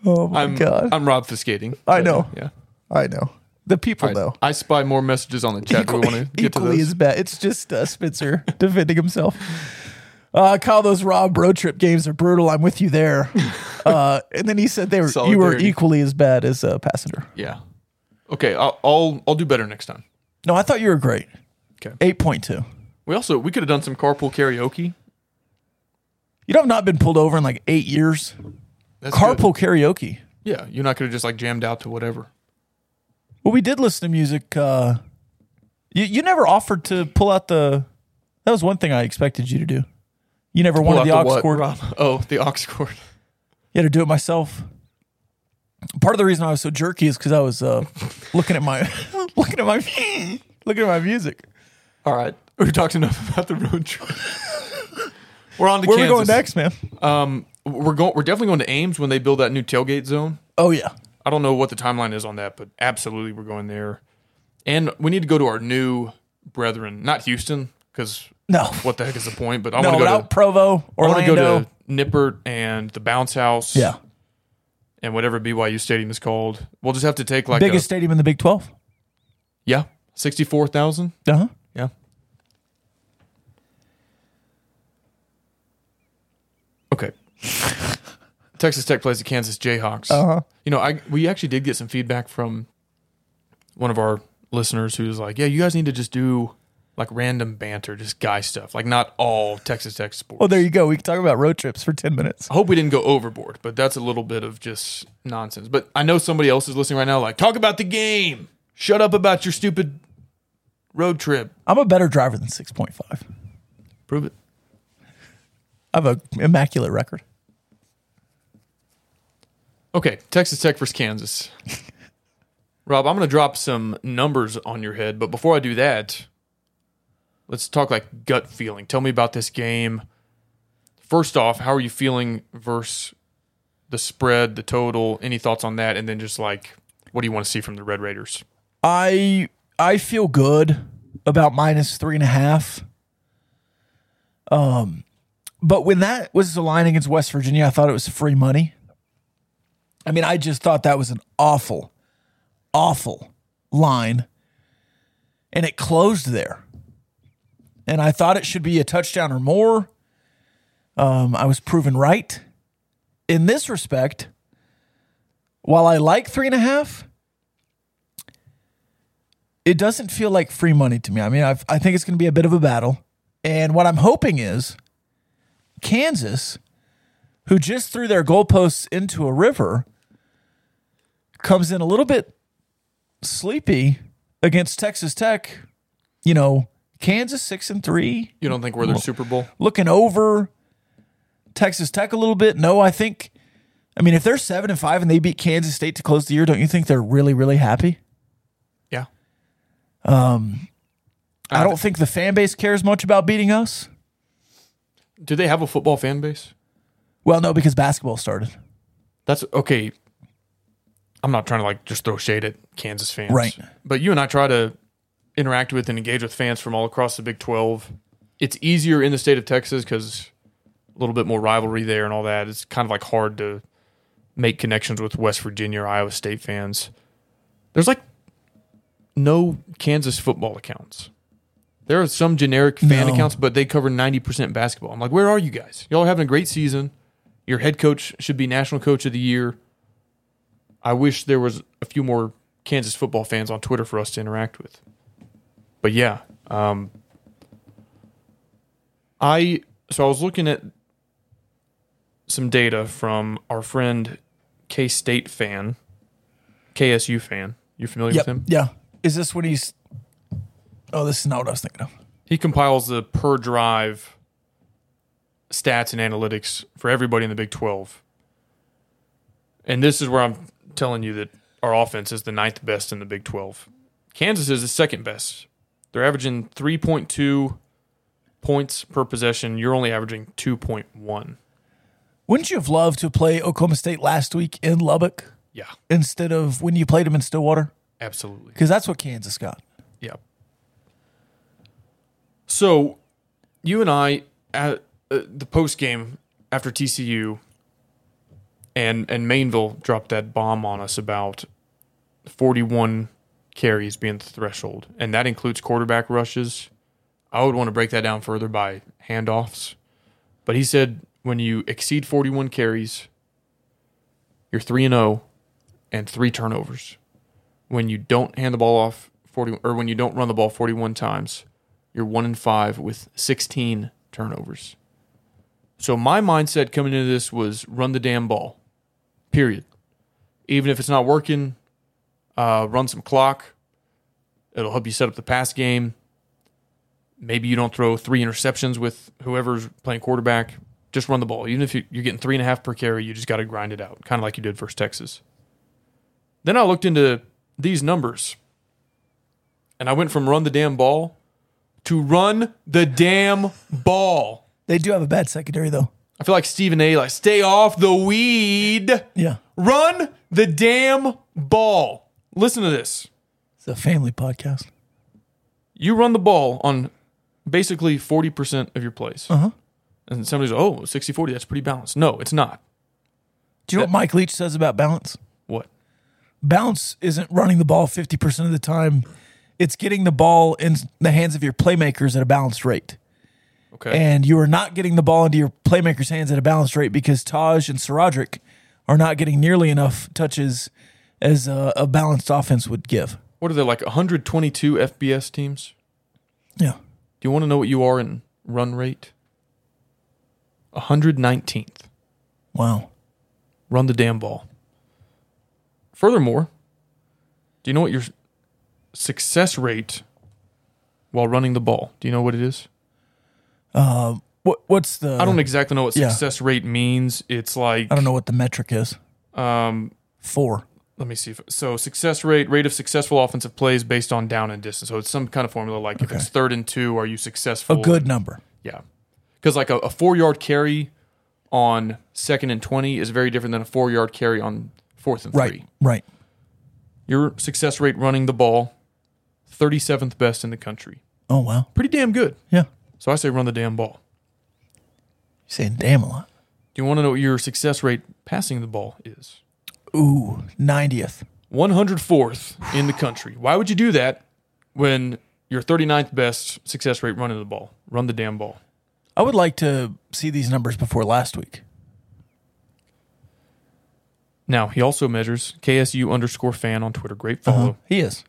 S6: Oh my
S7: I'm
S6: god,
S7: I'm Rob fiscating.
S6: I know.
S7: Yeah.
S6: I know the people
S7: All right.
S6: know.
S7: I spy more messages on the chat. Do we want to get to
S6: equally
S7: those?
S6: as bad. It's just uh, Spitzer defending himself. Uh, Kyle, those Rob road trip games are brutal. I'm with you there. Uh, and then he said they were you were
S7: Solidarity.
S6: equally as bad as uh, Passenger.
S7: yeah. Okay. I'll, I'll I'll do better next time.
S6: No, I thought you were great.
S7: Okay.
S6: Eight point two.
S7: We also we could have done some carpool karaoke.
S6: You know, I've not been pulled over in like eight years.
S7: That's good.
S6: Carpool karaoke.
S7: Yeah, you're not gonna just like jammed out to whatever.
S6: Well, we did listen to music. Uh, you you never offered to pull out the. That was one thing I expected you to do. You never
S7: Pull
S6: wanted the
S7: out
S6: aux
S7: what,
S6: cord.
S7: Rob? Oh, the aux cord.
S6: You had to do it myself. Part of the reason I was so jerky is because I was uh, looking at my looking at my looking at my music.
S7: All right, we talked enough about the road trip. we're on to
S6: Where are we
S7: Kansas.
S6: going next, man?
S7: We're going. We're definitely going to Ames when they build that new tailgate zone.
S6: Oh yeah,
S7: I don't know what the timeline is on that, but absolutely we're going there. And we need to go to our new brethren, not Houston, because
S6: no,
S7: what the heck is the point? But I
S6: no,
S7: want to go
S6: without
S7: to
S6: Provo,
S7: I want to
S6: Orlando.
S7: go to Nippert and the Bounce House.
S6: yeah,
S7: And whatever BYU stadium is called. We'll just have to take like
S6: biggest
S7: a,
S6: stadium in the Big Twelve.
S7: yeah, 64,000.
S6: Uh huh.
S7: Yeah. Okay. Texas Tech plays the Kansas Jayhawks.
S6: Uh-huh.
S7: You know, I we actually did get some feedback from one of our listeners who was like, "Yeah, you guys need to just do like random banter, just guy stuff, like not all Texas Tech sports."
S6: Well, Oh, there you go. We can talk about road trips for ten minutes.
S7: I hope we didn't go overboard, but that's a little bit of just nonsense. But I know somebody else is listening right now, like, "Talk about the game. Shut up about your stupid road trip.
S6: I'm a better driver than six point five.
S7: Prove it."
S6: I have an immaculate record.
S7: Okay, Texas Tech versus Kansas. Rob, I'm going to drop some numbers on your head, but before I do that, let's talk like gut feeling. Tell me about this game. First off, how are you feeling versus the spread, the total? Any thoughts on that? And then just like, what do you want to see from the Red Raiders?
S6: I I feel good about minus three and a half. Um, but when that was the line against West Virginia, I thought it was free money. I mean, I just thought that was an awful, awful line, and it closed there. And I thought it should be a touchdown or more. Um, I was proven right in this respect. While I like three and a half, it doesn't feel like free money to me. I mean, I've, I think it's going to be a bit of a battle. And what I'm hoping is Kansas, who just threw their goalposts into a river, comes in a little bit sleepy against Texas Tech. You know, Kansas six and three,
S7: You don't think we're their Super Bowl?
S6: looking over Texas Tech a little bit. No, I think. I mean, if they're seven and five and they beat Kansas State to close the year, don't you think they're really, really happy?
S7: Yeah.
S6: I don't think the fan base cares much about beating us.
S7: Do they have a football fan base?
S6: Well, no, because basketball started.
S7: That's okay. I'm not trying to like just throw shade at Kansas fans,
S6: Right.
S7: But you and I try to interact with and engage with fans from all across the Big 12. It's easier in the state of Texas because a little bit more rivalry there and all that. It's kind of like hard to make connections with West Virginia or Iowa State fans. There's like no Kansas football accounts. There are some generic fan
S6: No.
S7: accounts, but they cover 90% basketball. I'm like, where are you guys? Y'all are having a great season. Your head coach should be national coach of the year. I wish there was a few more Kansas football fans on Twitter for us to interact with. But yeah, um, I so I was looking at some data from our friend K State fan, KSU fan, You're familiar
S6: Yep.
S7: with him?
S6: Yeah. Is this when he's? Oh, this is not what I was thinking of.
S7: He compiles the per drive stats and analytics for everybody in the Big 12. And this is where I'm telling you that our offense is the ninth best in the Big 12. Kansas is the second best. They're averaging 3.2 points per possession. You're only averaging 2.1.
S6: Wouldn't you have loved to play Oklahoma State last week in Lubbock
S7: Yeah,
S6: instead of when you played them in Stillwater?
S7: absolutely.
S6: Because that's what Kansas got.
S7: Yeah. So, you and I at uh, the post game after TCU and and Mainville dropped that bomb on us about 41 carries being the threshold, and that includes quarterback rushes. I would want to break that down further by handoffs. But he said when you exceed 41 carries, you're 3 and 0 and 3 turnovers when you don't hand the ball off 40 or when you don't run the ball 41 times, you're 1 in 5 with 16 turnovers. So my mindset coming into this was run the damn ball. Period. Even if it's not working, uh, run some clock. It'll help you set up the pass game. Maybe you don't throw three interceptions with whoever's playing quarterback. Just run the ball. Even if you- you're getting three and a half per carry, you just got to grind it out, kind of like you did versus Texas. Then I looked into these numbers and I went from run the damn ball to run the damn ball.
S6: They do have a bad secondary though.
S7: I feel like Stephen A. Like, stay off the weed.
S6: Yeah.
S7: Run the damn ball. Listen to this.
S6: It's a family podcast.
S7: You run the ball on basically 40% of your plays. Uh-huh. And somebody's, oh, 60 40, that's pretty balanced. No, it's not.
S6: Do you know what Mike Leach says about balance?
S7: What?
S6: Balance isn't running the ball 50% of the time. It's getting the ball in the hands of your playmakers at a balanced rate.
S7: Okay.
S6: And you are not getting the ball into your playmakers' hands at a balanced rate because Taj and Sirajic are not getting nearly enough touches as a, a balanced offense would give.
S7: what are there, like 122 FBS teams?
S6: Yeah.
S7: Do you want to know what you are in run rate? 119th.
S6: Wow.
S7: Run the damn ball. Furthermore, do you know what your success rate while running the ball? Do you know what it is?
S6: What what's the
S7: I don't exactly know what
S6: Uh, yeah.
S7: success rate means. It's like
S6: I don't know what the metric is.
S7: Um,
S6: Four.
S7: let me see. If, so success rate, rate of successful offensive plays based on down and distance. So it's some kind of formula like if it's third and two, are you
S6: A
S7: successful?
S6: good number.
S7: Yeah. Because like a, a four yard carry on second and 20 is very different than a four yard carry on fourth and
S6: Right.
S7: three.
S6: Right.
S7: Your success rate running the ball, 37th best in the country.
S6: Oh wow.
S7: Pretty damn good.
S6: Yeah. You're
S7: So I say run the damn ball.
S6: saying damn a lot.
S7: Do you want to know what your success rate passing the ball is?
S6: Ooh, ninetieth.
S7: 104th in the country. Why would you do that when your 39th best success rate running the ball? Run the damn ball.
S6: I would like to see these numbers before last week.
S7: Now, he also measures KSU underscore fan on Twitter. Great follow.
S6: Uh-huh. He is.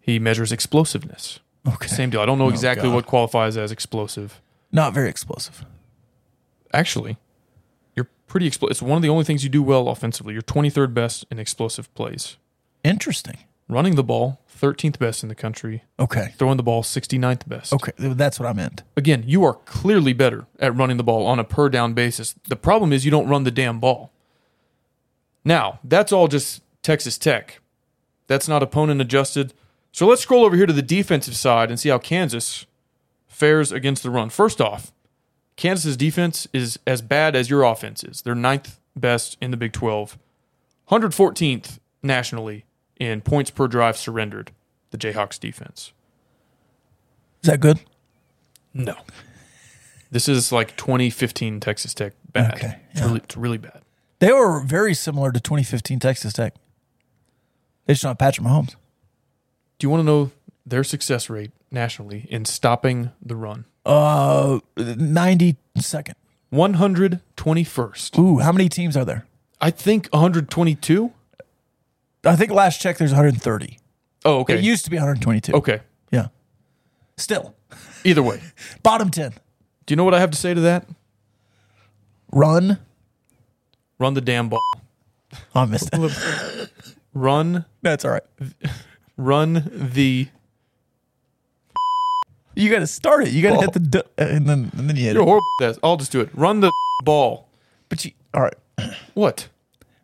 S7: He measures explosiveness.
S6: Okay.
S7: Same deal. I don't know exactly
S6: Oh, God.
S7: what qualifies as explosive.
S6: Not very explosive.
S7: Actually, you're pretty explosive. It's one of the only things you do well offensively. You're 23rd best in explosive plays.
S6: Interesting.
S7: Running the ball, 13th best in the country.
S6: Okay.
S7: Throwing the ball, 69th best.
S6: Okay. That's what I meant.
S7: Again, you are clearly better at running the ball on a per down basis. The problem is you don't run the damn ball. Now, that's all just Texas Tech. That's not opponent adjusted. So let's scroll over here to the defensive side and see how Kansas fares against the run. First off, Kansas's defense is as bad as your offense is. They're ninth best in the Big 12, 114th nationally in points per drive surrendered, the Jayhawks defense.
S6: Is that good?
S7: No. This is like 2015 Texas Tech bad.
S6: Okay,
S7: It's, really, it's really bad.
S6: They were very similar to 2015 Texas Tech. They just don't have Patrick Mahomes.
S7: Do you want to know their success rate nationally in stopping the run?
S6: Uh, 92nd.
S7: 121st.
S6: Ooh, how many teams are there?
S7: I think 122.
S6: I think last check there's 130.
S7: Oh, okay. Oh.
S6: It used to be 122.
S7: okay.
S6: Yeah. Still,
S7: Either way.
S6: bottom 10.
S7: Do you know what I have to say to that?
S6: Run.
S7: Run the damn ball.
S6: Oh, I missed it.
S7: Run,
S6: That's all right.
S7: run the.
S6: You got to start it. You got to hit the d- uh, and then and then you hit
S7: You're
S6: it.
S7: horrible at this. I'll just do it. Run the ball.
S6: But you all right.
S7: What?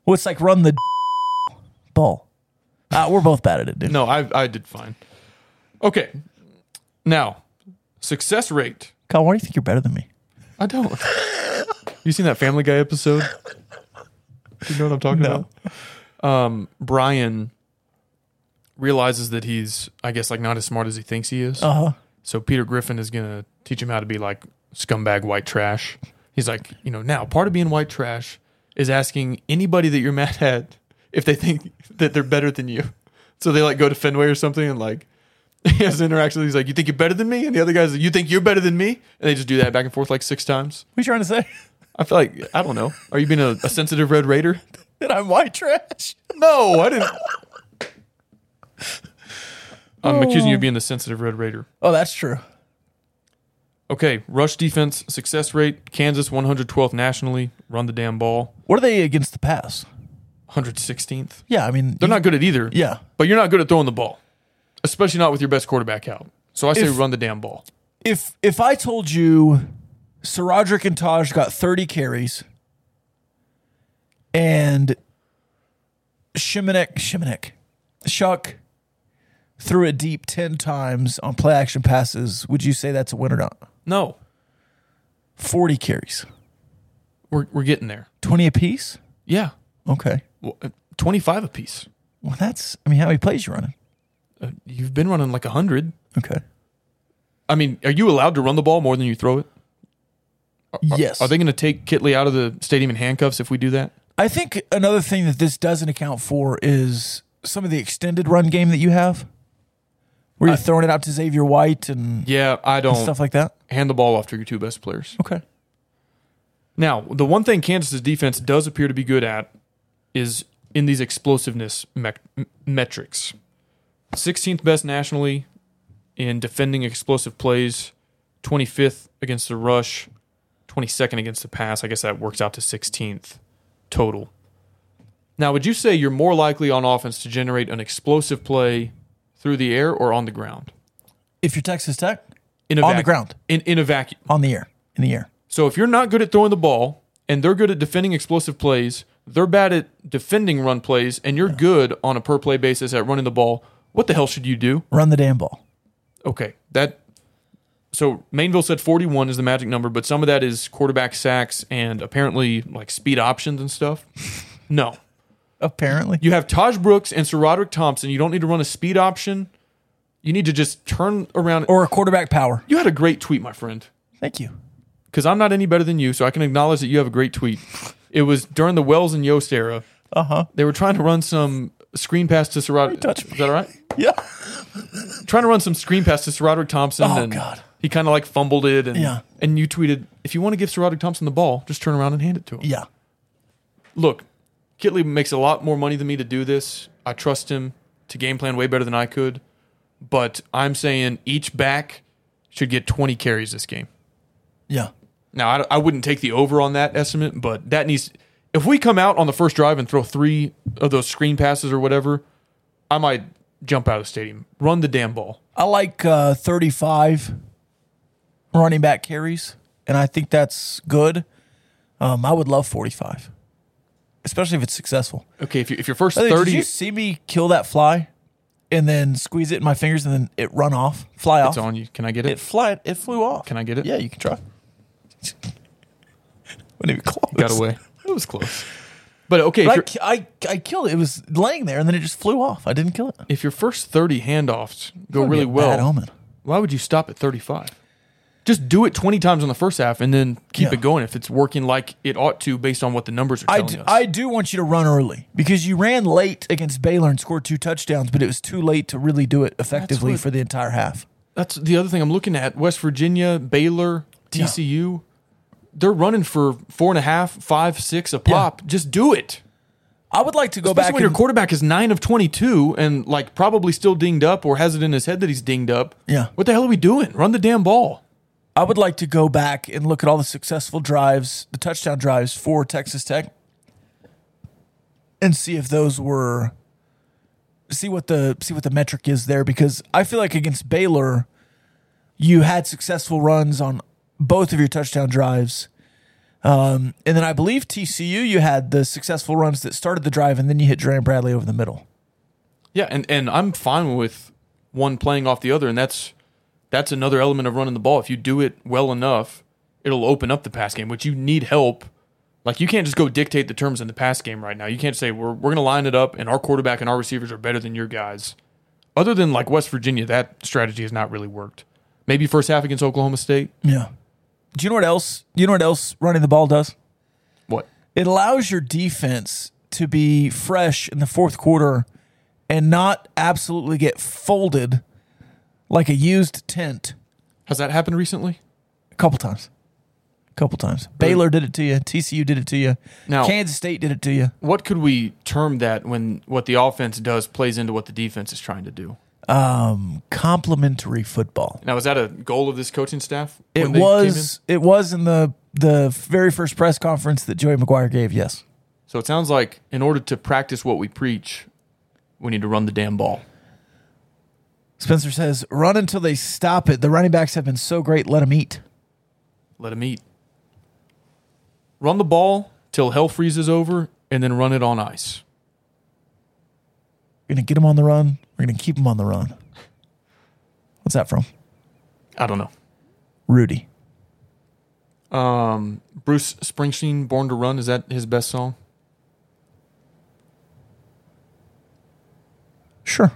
S6: Well, it's like run the ball. Uh, we're both bad at it, dude.
S7: No, I I did fine. Okay. Now, success rate.
S6: Kyle, why do you think you're better than me?
S7: I don't. you seen that Family Guy episode? Do you know what I'm talking about? Um, Brian realizes that he's, I guess, like not as smart as he thinks he is.
S6: Uh huh.
S7: So Peter Griffin is gonna teach him how to be like scumbag white trash. He's like, you know, now part of being white trash is asking anybody that you're mad at if they think that they're better than you. So they like go to Fenway or something and like he has an interaction. He's like, you think you're better than me? And the other guy's like, you think you're better than me? And they just do that back and forth like six times.
S6: What are you trying to say?
S7: I feel like I don't know. Are you being a, a sensitive red raider?
S6: that I'm white trash.
S7: No, I didn't. I'm accusing you of being the sensitive red raider.
S6: Oh, that's true.
S7: Okay, rush defense success rate. Kansas 112th nationally. Run the damn ball.
S6: What are they against the pass?
S7: 116th.
S6: Yeah, I mean
S7: They're not good at either.
S6: Yeah,
S7: But you're not good at throwing the ball, especially not with your best quarterback out. So I say
S6: If-
S7: run the damn ball.
S6: if if I told you Sir Roderick and Taj got 30 carries and Shimonek Shimonek Shuck threw it deep 10 times on play action passes, would you say that's a win or not?
S7: No,
S6: 40 carries.
S7: we're, we're getting there.
S6: 20 apiece?
S7: Yeah.
S6: Okay.
S7: Well, uh, 25 apiece.
S6: Well, that's I mean how many plays you running?
S7: Uh, you've been running like 100.
S6: Okay.
S7: I mean, are you allowed to run the ball more than you throw it?
S6: Yes.
S7: Are they going to take Kitley out of the stadium in handcuffs if we do that?
S6: I think another thing that this doesn't account for is some of the extended run game that you have, where you're throwing it out to Xavier White and
S7: Yeah, I don't.
S6: stuff like that.
S7: Hand the ball off to your two best players.
S6: Okay.
S7: Now, the one thing Kansas's defense does appear to be good at is in these explosiveness mec- m- metrics. 16th best nationally in defending explosive plays, 25th against the rush, 22nd against the pass. I guess that works out to 16th total. Now, would you say you're more likely on offense to generate an explosive play through the air or on the ground?
S6: If you're Texas Tech,
S7: In a
S6: On the ground.
S7: In, in a vacuum.
S6: on the air, in the air.
S7: So if you're not good at throwing the ball and they're good at defending explosive plays, they're bad at defending run plays, and you're good on a per play basis at running the ball, what the hell should you do?
S6: Run the damn ball.
S7: Okay, that. So Mainville said 41 is the magic number, but some of that is quarterback sacks and apparently like speed options and stuff. No,
S6: Apparently.
S7: you have Taj Brooks and Sir Roderick Thompson. You don't need to run a speed option. You need to just turn around.
S6: or a quarterback power.
S7: you had a great tweet, my friend.
S6: Thank you.
S7: because I'm not any better than you, so I can acknowledge that you have a great tweet. It was during the Wells and Yost era. Uh
S6: Uh-huh.
S7: They were trying to run some screen pass to Sir Roderick.
S6: touched
S7: Is that all right?
S6: Yeah.
S7: trying to run some screen pass to Sir Roderick Thompson.
S6: Oh,
S7: and
S6: God.
S7: He kind of like fumbled it, and
S6: Yeah.
S7: and you tweeted, "If you want to give Sir Roderick Thompson the ball, just turn around and hand it to him."
S6: Yeah.
S7: Look, Kitley makes a lot more money than me to do this. I trust him to game plan way better than I could, but I'm saying each back should get 20 carries this game.
S6: Yeah.
S7: Now, I, I wouldn't take the over on that estimate, but that needs. If we come out on the first drive and throw three of those screen passes or whatever, I might jump out of the stadium. Run the damn ball.
S6: I like uh, 35 running back carries, and I think that's good. Um, I would love 45, especially if it's successful.
S7: Okay, if, you, if your first
S6: By the way,
S7: 30,
S6: Did you see me kill that fly, and then squeeze it in my fingers, and then it run off, fly
S7: it's
S6: off.
S7: on you. Can I get it?
S6: It fly. It flew off.
S7: Can I get it?
S6: Yeah, you can try. Wasn't even close.
S7: Got away. It was close. But okay, if,
S6: But I,
S7: your
S6: ki- I, I killed it. It was laying there, and then it just flew off. I didn't kill it.
S7: if your first 30 handoffs go really
S6: Bad
S7: well,
S6: omen.
S7: why would you stop at 35? Just do it 20 times on the first half and then keep
S6: Yeah.
S7: it going if it's working like it ought to based on what the numbers are
S6: I
S7: telling
S6: do,
S7: us.
S6: I do want you to run early because you ran late against Baylor and scored two touchdowns, but it was too late to really do it effectively
S7: what-
S6: for the entire half.
S7: That's the other thing I'm looking at. West Virginia, Baylor, TCU. They're running for four and a half, five, six a pop. Just do it.
S6: I would like to go
S7: Especially
S6: back
S7: when your
S6: and
S7: quarterback is nine of twenty-two and like probably still dinged up or has it in his head that he's dinged up.
S6: Yeah.
S7: What the hell are we doing? Run the damn ball.
S6: I would like to go back and look at all the successful drives, the touchdown drives for Texas Tech, and see if those were see what the see what the metric is there because I feel like against Baylor, you had successful runs on both of your touchdown drives, um, and then I believe TCU you had the successful runs that started the drive and then you hit Duran Bradley over the middle.
S7: Yeah, and, and I'm fine with one playing off the other, and that's that's another element of running the ball. If you do it well enough, it'll open up the pass game, which you need help. Like you can't just go dictate the terms in the pass game right now. You can't say we're we're gonna line it up and our quarterback and our receivers are better than your guys. Other than like West Virginia, that strategy has not really worked. Maybe first half against Oklahoma State.
S6: Yeah. Do you know what else? You know what else running the ball does?
S7: What?
S6: it allows your defense to be fresh in the fourth quarter and not absolutely get folded like a used tent
S7: Has that happened recently?
S6: a couple times. A couple times. Baylor did it to you. TCU did it to you.
S7: Now-
S6: Kansas State did it to you.
S7: What could we term that when what the offense does plays into what the defense is trying to do?
S6: Um, Complimentary football.
S7: Now, is that a goal of this coaching staff? when
S6: It
S7: they came
S6: was it was in the the very first press conference that Joey McGuire gave, yes.
S7: in? So it sounds like in order to practice what we preach, we need to run the damn ball.
S6: Spencer says, run until they stop it. The running backs have been so great, let them eat.
S7: Let them eat. Run the ball till hell freezes over, and then run it on ice.
S6: We're gonna get them on the run. We're gonna keep them on the run. What's that from?
S7: I don't know.
S6: Rudy.
S7: Bruce Springsteen, "Born to Run," is that his best song?
S6: Sure.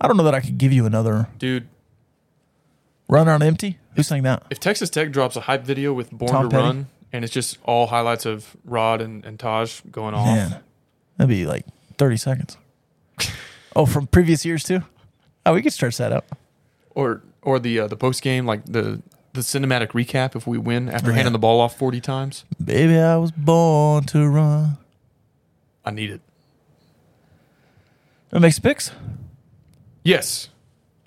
S6: I don't know that I could give you another
S7: Dude,
S6: run on empty. Who sang that?
S7: if Texas Tech drops a hype video with "Born
S6: Tom
S7: to
S6: Petty?
S7: Run" and it's just all highlights of Rod and, and Taj going off,
S6: Man, that'd be like 30 seconds. oh, from previous years too? Oh, we could stretch that out.
S7: or or the uh, the post game like the the cinematic recap if we win after handing the ball off forty times.
S6: Baby, I was born to run.
S7: I need it.
S6: That makes picks?
S7: Yes.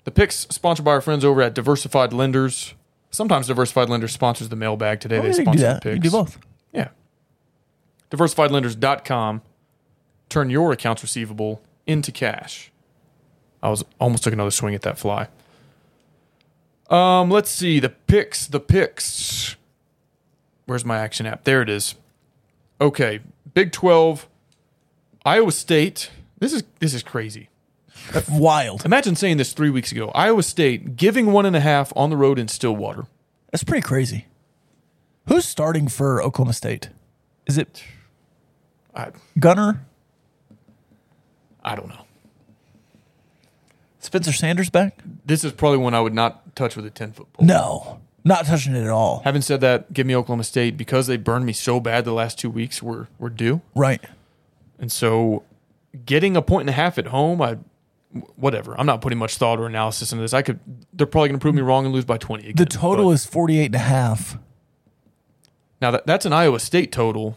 S7: The picks sponsored by our friends over at Diversified Lenders. Sometimes Diversified Lenders sponsors the mailbag today.
S6: Oh,
S7: they
S6: yeah, you can do
S7: sponsor the
S6: that.
S7: picks.
S6: You can do both.
S7: Yeah. DiversifiedLenders.com. Turn your accounts receivable into cash. I was almost took another swing at that fly. Um, let's see. The picks, the picks. Where's my action app? There it is. Okay. Big 12, Iowa State. This is this is crazy.
S6: Wild.
S7: Imagine saying this three weeks ago. Iowa State giving one and a half on the road in Stillwater.
S6: That's pretty crazy. Who's starting for Oklahoma State? Is it
S7: I,
S6: Gunner?
S7: I don't know.
S6: Spencer Sanders back?
S7: This is probably one I would not touch with a 10 foot pole.
S6: No, not touching it at all.
S7: Having said that, give me Oklahoma State because they burned me so bad the last two weeks. We're, we're due.
S6: Right.
S7: And so getting a point and a half at home, I whatever. I'm not putting much thought or analysis into this. I could they're probably going to prove me wrong and lose by 20 again.
S6: The total
S7: But
S6: is 48 and a half.
S7: Now that, that's an Iowa State total.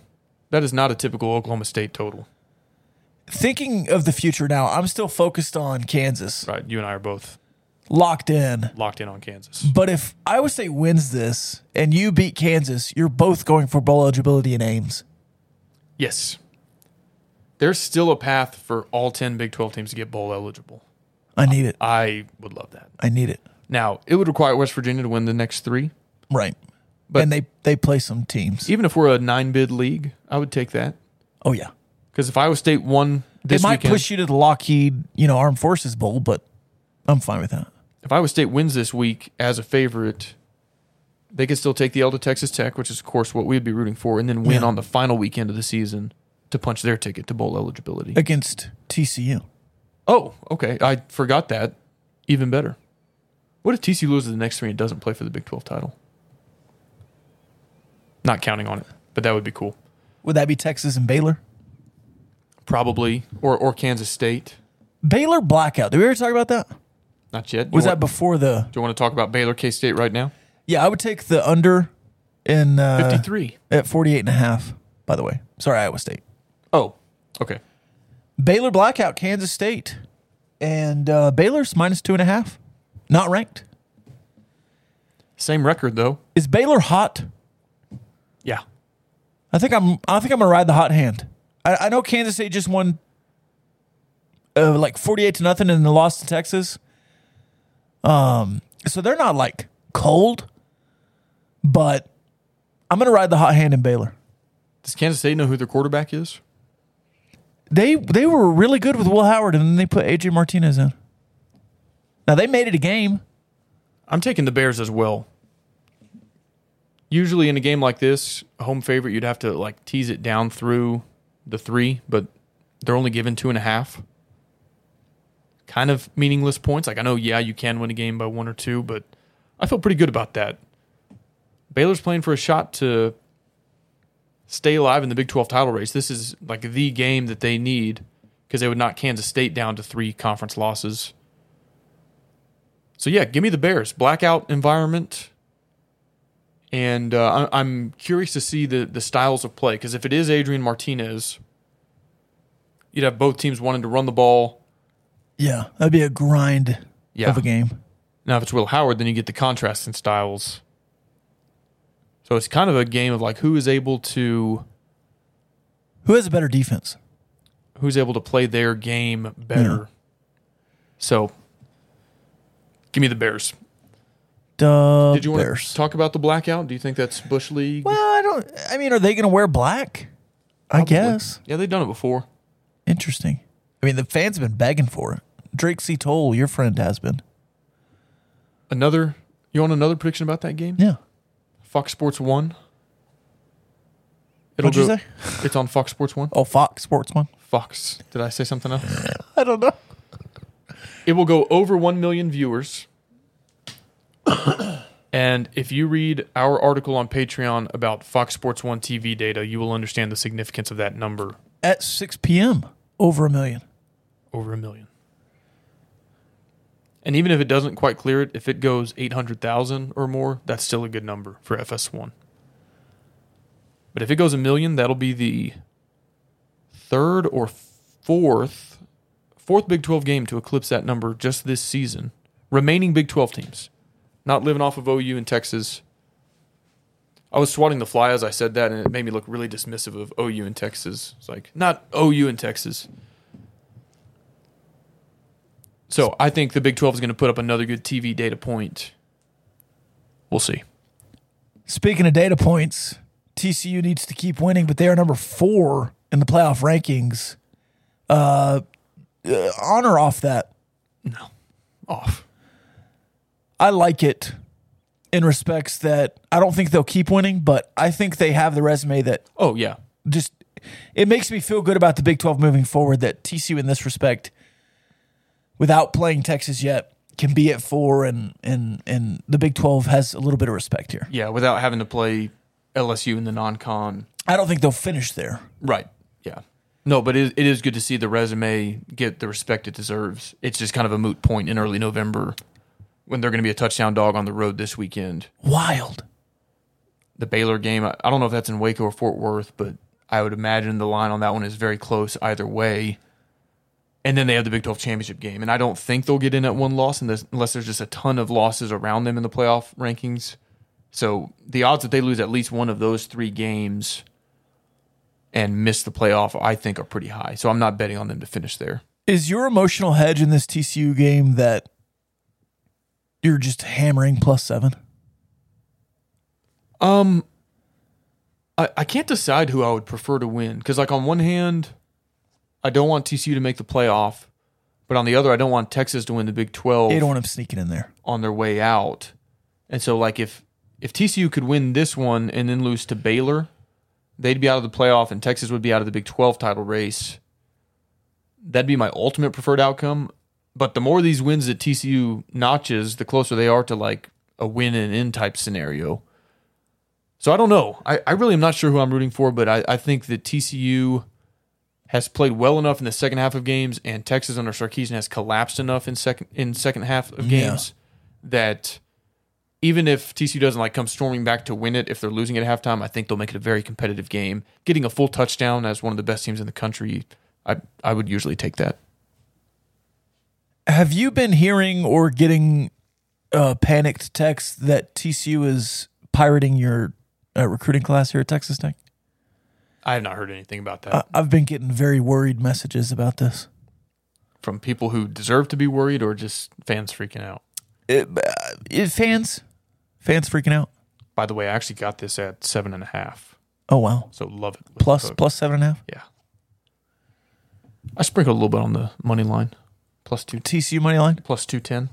S7: That is not a typical Oklahoma State total.
S6: Thinking of the future now, I'm still focused on Kansas,
S7: Right, you and I are both
S6: locked in.
S7: locked in on Kansas.
S6: But if Iowa State wins this and you beat Kansas, you're both going for bowl eligibility and Ames.
S7: Yes. There's still a path for all 10 Big 12 teams to get bowl eligible.
S6: I need it.
S7: I would love that.
S6: I need it.
S7: Now, it would require West Virginia to win the next three.
S6: Right.
S7: But-
S6: and they, they play some teams.
S7: Even if we're a nine bid league, I would take that.
S6: Oh, yeah.
S7: Because if Iowa State won
S6: They
S7: this
S6: might
S7: weekend,
S6: push you to the Lockheed, you know, Armed Forces Bowl, but I'm fine with that.
S7: if Iowa State wins this week as a favorite, they could still take the L to Texas Tech, which is, of course, what we'd be rooting for, and then win
S6: Yeah.
S7: on the final weekend of the season to punch their ticket to bowl eligibility.
S6: Against TCU.
S7: Oh, okay. I forgot that. Even better. What if TC loses the next three and doesn't play for the Big 12 title? Not counting on it, but that would be cool.
S6: Would that be Texas and Baylor?
S7: Probably. Or, or Kansas State.
S6: Baylor blackout. Did we ever talk about that?
S7: Not yet. Do
S6: Was
S7: you
S6: that
S7: wa-
S6: before the.
S7: Do you want to talk about Baylor K State right now?
S6: Yeah, I would take the under in uh,
S7: 53.
S6: at 48 and a half, by the way. Sorry, Iowa State.
S7: Oh, okay.
S6: Baylor blackout, Kansas State. And uh, Baylor's minus two and a half. Not ranked.
S7: Same record, though.
S6: Is Baylor hot?
S7: Yeah.
S6: I think I'm I think I'm gonna ride the hot hand. I, I know Kansas State just won uh, like 48 to nothing and they lost to Texas. Um, so they're not like cold, but I'm going to ride the hot hand in Baylor.
S7: Does Kansas State know who their quarterback is?
S6: They they were really good with Will Howard and then they put AJ Martinez in. Now they made it a game.
S7: I'm taking the Bears as well. Usually in a game like this, a home favorite, you'd have to like tease it down through the three, but they're only given two and a half. Kind of meaningless points. Like I know, yeah, you can win a game by one or two, but I feel pretty good about that. Baylor's playing for a shot to stay alive in the Big 12 title race. This is like the game that they need because they would knock Kansas State down to three conference losses. So yeah, give me the Bears blackout environment, and uh, I- I'm curious to see the the styles of play because if it is Adrian Martinez, you'd have both teams wanting to run the ball.
S6: Yeah, that'd be a grind
S7: Yeah.
S6: of a game.
S7: Now, if it's Will Howard, then you get the contrast in styles. So it's kind of a game of like who is able to
S6: Who has a better defense?
S7: who's able to play their game better. So, give me the Bears.
S6: Duh,
S7: Did you want
S6: Bears.
S7: to talk about the blackout? Do you think that's Bush League?
S6: Well, I don't. I mean, are they going to wear black? I guess.
S7: yeah, they've done it before.
S6: Interesting. I mean, the fans have been begging for it. Drake C. Toll, your friend, has been.
S7: Another. You want another prediction about that game?
S6: Yeah.
S7: Fox Sports One.
S6: What'd you
S7: go-
S6: say?
S7: It's on Fox Sports One.
S6: Oh, Fox Sports one.
S7: Fox. Did I say something else?
S6: I don't know.
S7: It will go over one million viewers. and if you read our article on Patreon about Fox Sports One TV data, you will understand the significance of that number.
S6: At 6 p.m., over a million.
S7: Over a million. And even if it doesn't quite clear it, if it goes eight hundred thousand or more, that's still a good number for FS one. But if it goes a million, that'll be the third or fourth fourth Big 12 game to eclipse that number just this season. Remaining Big 12 teams, not living off of OU and Texas. I was swatting the fly as I said that, and it made me look really dismissive of OU and Texas. It's like, not OU and Texas. So I think the Big 12 is going to put up another good TV data point. We'll see.
S6: Speaking of data points, TCU needs to keep winning, but they are number four in the playoff rankings. Uh, uh, on or off that?
S7: Off.
S6: I like it in respects that I don't think they'll keep winning, but I think they have the resume that
S7: Oh, yeah.
S6: just it makes me feel good about the Big 12 moving forward that TCU in this respect without playing Texas yet can be at 4 and and and the Big 12 has a little bit of respect here.
S7: Yeah, without having to play LSU in the non con.
S6: I don't think they'll finish there.
S7: Right. Yeah. No, but it, it is good to see the resume get the respect it deserves. It's just kind of a moot point in early November when they're going to be a touchdown dog on the road this weekend.
S6: Wild.
S7: The Baylor game, I I don't know if that's in Waco or Fort Worth, but I would imagine the line on that one is very close either way. And then they have the Big 12 championship game. And I don't think they'll get in at one loss unless, unless there's just a ton of losses around them in the playoff rankings. So the odds that they lose at least one of those three games and miss the playoff, I think, are pretty high. So I'm not betting on them to finish there.
S6: Is your emotional hedge in this TCU game that you're just hammering plus 7?
S7: Um, I, I can't decide who I would prefer to win because, like, on one hand, I don't want TCU to make the playoff, but on the other, I don't want Texas to win the Big Twelve
S6: They don't want them sneaking in there.
S7: on their way out. And so, like, if if TCU could win this one and then lose to Baylor, they'd be out of the playoff, and Texas would be out of the Big Twelve title race. That'd be my ultimate preferred outcome. But the more these wins that TCU notches, the closer they are to like a win and in type scenario. So I don't know. I, I really am not sure who I'm rooting for, but I, I think that TCU has played well enough in the second half of games, and Texas under Sarkeesian has collapsed enough in second in second half of
S6: Yeah.
S7: games that even if TCU doesn't like come storming back to win it, if they're losing at halftime, I think they'll make it a very competitive game. Getting a full touchdown as one of the best teams in the country, I I would usually take that.
S6: Have you been hearing or getting uh, panicked texts that TCU is pirating your uh, recruiting class here at Texas Tech? Uh,
S7: I have not heard anything about that.
S6: I- I've been getting very worried messages about this.
S7: from people who deserve to be worried or just fans freaking out.
S6: It, it, fans, fans freaking out.
S7: By the way, I actually got this at seven and a half,
S6: Oh wow,
S7: so love it. with the
S6: plus
S7: hook.
S6: plus seven and a half.
S7: yeah. I sprinkled a little bit on the money line, plus two
S6: TCU money line.
S7: plus two ten.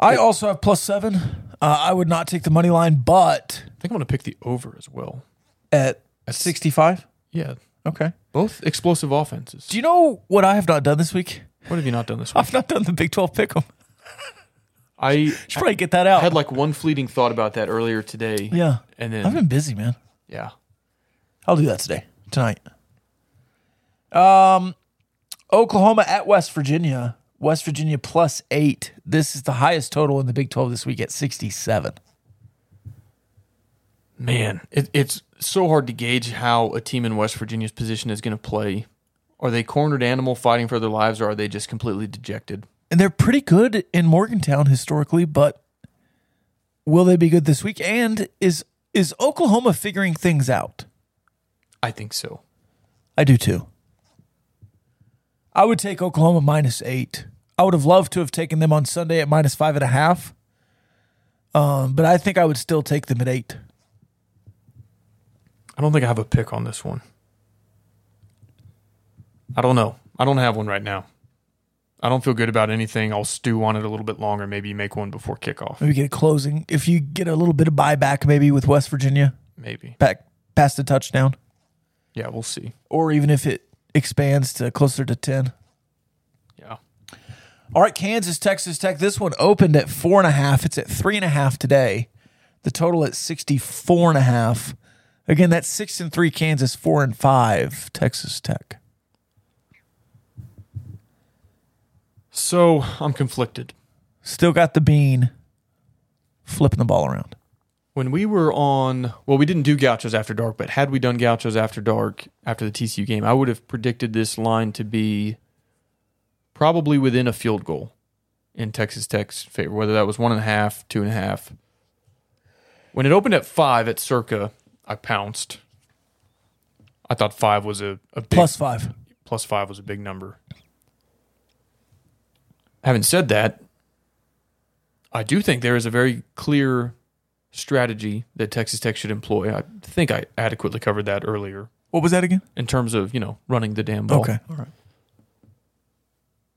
S6: I also have plus seven. Uh, I would not take the money line, but
S7: I think I'm gonna pick the over as well.
S6: at sixty five.
S7: Yeah,
S6: Okay.
S7: both explosive offenses.
S6: Do you know what I have not done this week?
S7: what have you not done this week?
S6: I've not done the Big Twelve pick'em.
S7: I
S6: Should probably get that out.
S7: I had like one fleeting thought about that earlier today.
S6: yeah,
S7: and
S6: I've
S7: then
S6: been busy, man.
S7: yeah,
S6: I'll do that today, tonight. Um, Oklahoma at West Virginia. West Virginia plus eight. This is the highest total in the Big Twelve this week at sixty-seven.
S7: man, it, it's so hard to gauge how a team in West Virginia's position is going to play. Are they cornered animal fighting for their lives, or are they just completely dejected?
S6: and they're pretty good in Morgantown historically, but will they be good this week? And is is Oklahoma figuring things out?
S7: I think so.
S6: I do too. I would take Oklahoma minus eight. I would have loved to have taken them on Sunday at minus five and a half. Um, but I think I would still take them at eight.
S7: I don't think I have a pick on this one. I don't know. I don't have one right now. I don't feel good about anything. I'll stew on it a little bit longer. Maybe make one before kickoff.
S6: Maybe get a closing. If you get a little bit of buyback, maybe with West Virginia
S7: Maybe.
S6: back past the touchdown,
S7: Yeah, we'll see.
S6: or even if it expands to closer to ten.
S7: Yeah.
S6: All right, Kansas, Texas Tech. This one opened at four and a half. It's at three and a half today. The total at 64 and a half. Again, that's six and three Kansas, four and five Texas Tech.
S7: So I'm conflicted.
S6: Still got the bean flipping the ball around.
S7: When we were on, well, we didn't do Gauchos after dark, but had we done Gauchos after dark after the TCU game, I would have predicted this line to be probably within a field goal in Texas Tech's favor, whether that was one and a half, two and a half. When it opened at five at circa, I pounced. I thought five was a, a big,
S6: Plus five.
S7: plus five was a big number. Having said that, I do think there is a very clear strategy that Texas Tech should employ. I think I adequately covered that earlier
S6: What was that again?
S7: in terms of, you know, running the damn ball.
S6: Okay. All right.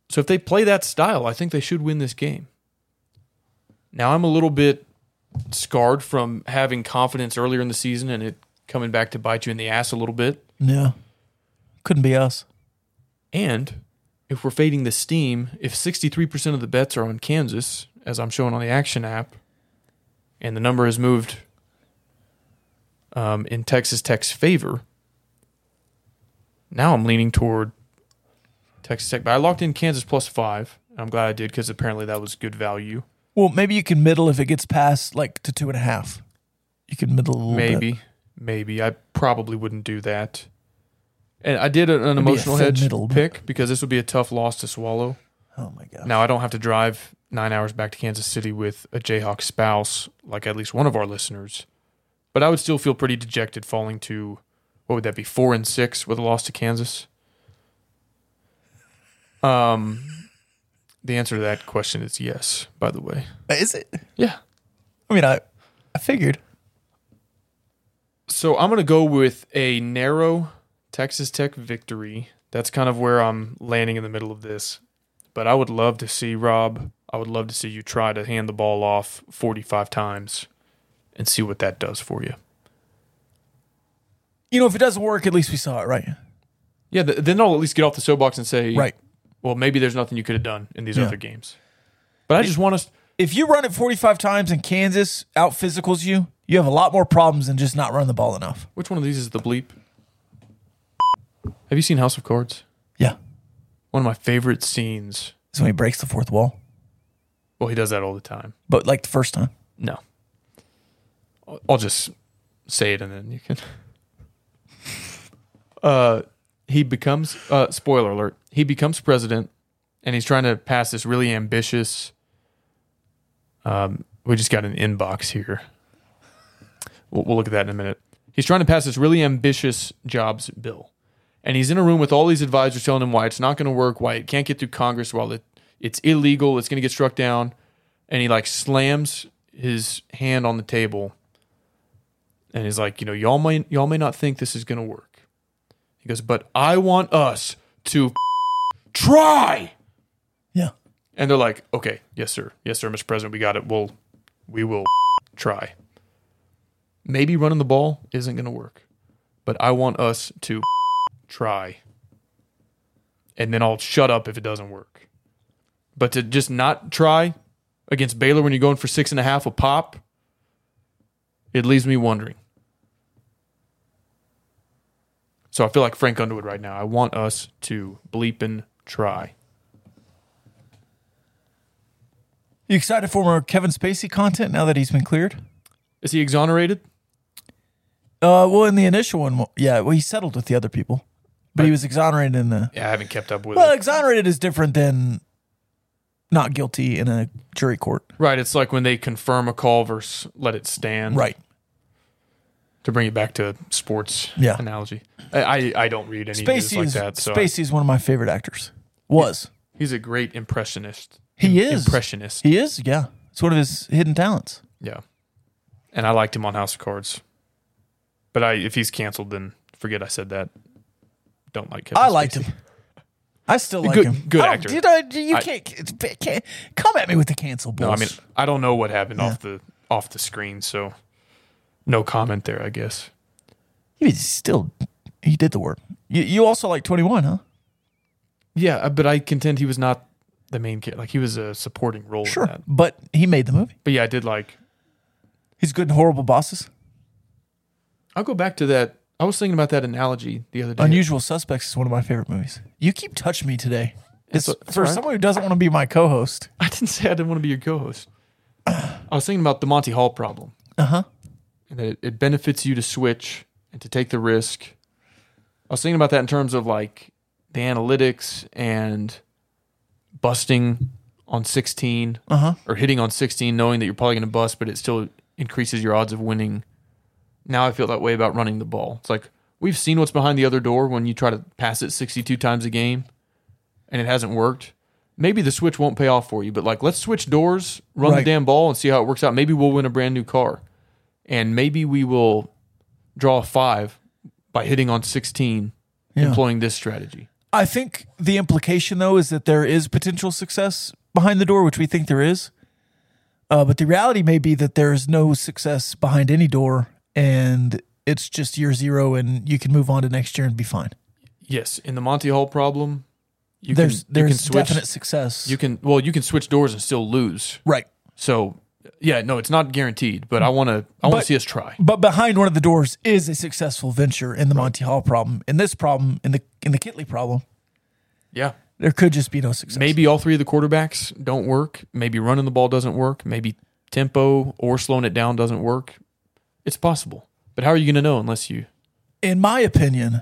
S7: So if they play that style, I think they should win this game. Now I'm a little bit scarred from having confidence earlier in the season and it coming back to bite you in the ass a little bit.
S6: Yeah. Couldn't be us.
S7: And if we're fading the steam, if 63% of the bets are on Kansas, as I'm showing on the Action app, and the number has moved um, in Texas Tech's favor, now I'm leaning toward Texas Tech. But I locked in Kansas plus five. I'm glad I did because apparently that was good value.
S6: Well, maybe you can middle if it gets past like to two and a half. You can middle a little bit.
S7: Maybe, maybe I probably wouldn't do that. And I did an, an
S6: be a
S7: emotional hedge
S6: thin-middled.
S7: pick because this would be a tough loss to swallow.
S6: Oh my God.
S7: Now I don't have to drive nine hours back to Kansas City with a Jayhawk spouse, like at least one of our listeners. But I would still feel pretty dejected falling to what would that be four and six with a loss to Kansas. Um, the answer to that question is yes. By the way,
S6: Is it?
S7: yeah.
S6: I mean, I, I figured.
S7: So I'm gonna go with a narrow Texas Tech victory. That's kind of where I'm landing in the middle of this. But I would love to see Rob. I would love to see you try to hand the ball off 45 times and see what that does for you.
S6: You know, if it doesn't work, at least we saw it, right?
S7: Yeah, th- then I'll at least get off the soapbox and say,
S6: Right.
S7: Well, maybe there's nothing you could have done in these
S6: Yeah.
S7: other games. But I just want us.
S6: if you run it 45 times and Kansas out physicals you, you have a lot more problems than just not running the ball enough.
S7: Which one of these is the bleep? Have you seen House of Cards?
S6: Yeah.
S7: One of my favorite scenes.
S6: That's when he breaks the fourth wall.
S7: Well, he does that all the time.
S6: But like the first time.
S7: No. I'll- I'll just say it and then you can. Uh, he becomes, uh, spoiler alert, he becomes president and he's trying to pass this really ambitious. Um, we just got an inbox here. We'll, we'll look at that in a minute. He's trying to pass this really ambitious jobs bill. And he's in a room with all these advisors telling him why it's not going to work, why it can't get through Congress, why it, it's illegal, it's going to get struck down. And he like slams his hand on the table and he's like, you know, y'all may y'all may not think this is going to work. He goes, but I want us to try.
S6: Yeah.
S7: And they're like, okay, yes, sir. Yes, sir, Mr. President, we got it. We'll, we will try. Maybe running the ball isn't going to work, but I want us to try. And then I'll shut up if it doesn't work. But to just not try against Baylor when you're going for six and a half a pop, it leaves me wondering. So I feel like Frank Underwood right now. I want us to bleep and try.
S6: You excited for more Kevin Spacey content now that he's been cleared?
S7: Is he exonerated?
S6: Uh, well, in the initial one, yeah, well, he settled with the other people, but he was exonerated in the.
S7: Yeah, I haven't kept up with
S6: Well,
S7: it.
S6: exonerated is different than not guilty in a jury court,
S7: Right, it's like when they confirm a call versus let it stand.
S6: right?
S7: To bring it back to sports
S6: Yeah.
S7: analogy. I, I, I don't read any news
S6: Spacey
S7: like
S6: is
S7: that. So
S6: Spacey is one of my favorite actors. Was
S7: he's a great impressionist.
S6: he is
S7: Impressionist.
S6: He is, yeah. It's one of his hidden talents.
S7: yeah. And I liked him on House of Cards. But I if he's canceled then forget I said that. Don't like Kevin
S6: I liked
S7: Spacey.
S6: him. I still like
S7: Good-
S6: him.
S7: good
S6: Oh, I don't-
S7: actor.
S6: You, know, you
S7: I-
S6: can't, can't come at me with the cancel
S7: No, I
S6: bulls.
S7: mean I don't know what happened off the off the screen, so no comment there, I guess.
S6: he was still he did the work. You, you also like Twenty One, huh?
S7: Yeah, Uh, but I contend he was not the main kid. Like he was a supporting role in that.
S6: but he made the movie.
S7: But yeah, I did like
S6: He's good in Horrible Bosses,
S7: I'll go back to that. I was thinking about that analogy the other day.
S6: Unusual Suspects is one of my favorite movies. You keep touching me today. It's,
S7: That's- that's
S6: for
S7: all right.
S6: someone who doesn't want to be my co-host.
S7: I didn't say I didn't want to be your co-host. I was thinking about the Monty Hall problem. Uh
S6: Uh-huh.
S7: And that it, it benefits you to switch and to take the risk. I was thinking about that in terms of like the analytics and busting on 16
S6: Uh-huh.
S7: or hitting on 16, knowing that you're probably going to bust, but it still increases your odds of winning. Now I feel that way about running the ball. It's like we've seen what's behind the other door when you try to pass it 62 times a game and it hasn't worked. Maybe the switch won't pay off for you, but like let's switch doors, run
S6: Right.
S7: the damn ball and see how it works out. Maybe we'll win a brand new car. And maybe we will draw a 5 by hitting on 16
S6: Yeah.
S7: employing this strategy.
S6: I think the implication though is that there is potential success behind the door, which we think there is. Uh, but the reality may be that there is no success behind any door, and it's just year zero, and you can move on to next year and be fine.
S7: Yes, in the Monty Hall problem, you
S6: there's
S7: can you can
S6: there's
S7: switch
S6: definite success.
S7: you can well you can switch doors and still lose.
S6: right,
S7: So yeah, no, it's not guaranteed, but I want to I want
S6: But-
S7: to see us try.
S6: but behind one of the doors is a successful venture in the Monty Hall problem. In this problem, in the in the Kitley problem,
S7: Yeah.
S6: there could just be no success.
S7: Maybe all three of the quarterbacks don't work. Maybe running the ball doesn't work. Maybe tempo or slowing it down doesn't work. It's possible. But how are you going to know unless you
S6: In my opinion,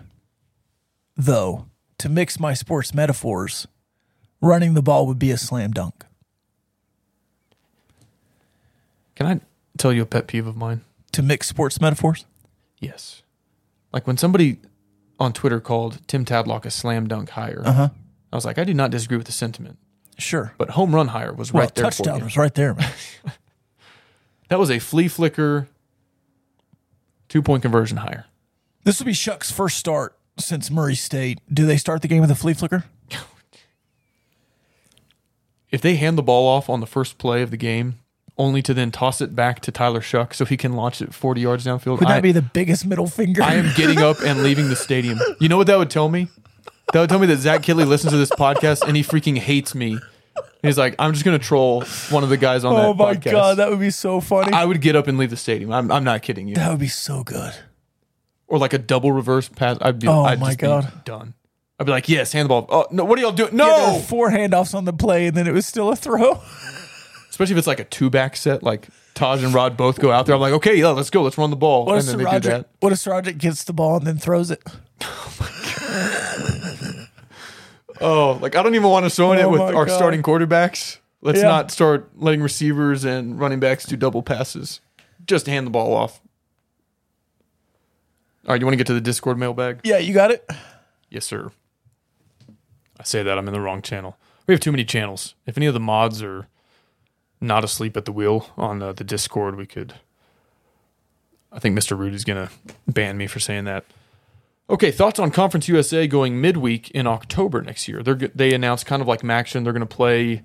S6: though, to mix my sports metaphors, running the ball would be a slam dunk.
S7: Can I tell you a pet peeve of mine?
S6: To mix sports metaphors?
S7: Yes. Like when somebody on Twitter called Tim Tadlock a slam dunk hire.
S6: Uh-huh.
S7: I was like, I do not disagree with the sentiment,
S6: Sure.
S7: but home run hire was
S6: Well,
S7: right there for
S6: touchdown
S7: you.
S6: was right there, man.
S7: That was a flea flicker two point conversion hire.
S6: this will be Shuck's first start since Murray State. Do they start the game with a flea flicker?
S7: if they hand the ball off on the first play of the game, only to then toss it back to Tyler Shuck so he can launch it 40 yards downfield,
S6: Would that
S7: I,
S6: be the biggest middle finger?
S7: I am getting up and leaving the stadium. You know what that would tell me? That would tell me that Zach Kidley listens to this podcast and he freaking hates me. He's like, I'm just going to troll one of the guys on
S6: oh
S7: that
S6: my
S7: podcast.
S6: god, that would be so funny.
S7: I would get up and leave the stadium. I'm, I'm not kidding you.
S6: that would be so good.
S7: Or like a double reverse pass. I'd be,
S6: Oh
S7: I'd
S6: my
S7: just be
S6: God.
S7: done. I'd be like, yes, hand the ball. Oh, no, what are y'all doing? No.
S6: Yeah, there were four handoffs on the play, and then it was still a throw.
S7: especially if it's like a two back set, like Taj and Rod both go out there. I'm like, okay, yeah, let's go, let's run the ball,
S6: What if
S7: and then they do
S6: Sarajic,
S7: that.
S6: what if Sarajic gets the ball and then throws it?
S7: Oh, like I don't even want to throw in
S6: Oh
S7: it with
S6: my
S7: our
S6: God.
S7: starting quarterbacks. Let's
S6: Yeah.
S7: not start letting receivers and running backs do double passes. Just hand the ball off. All right, you want to get to the Discord mailbag?
S6: Yeah, you got it.
S7: Yes, sir. I say that I'm in the wrong channel. We have too many channels. If any of the mods are not asleep at the wheel on uh, the Discord, we could. I think Mr. Rude is going to ban me for saying that. Okay, thoughts on Conference USA going midweek in October next year? They're g- they announced kind of like Maction, they're going to play,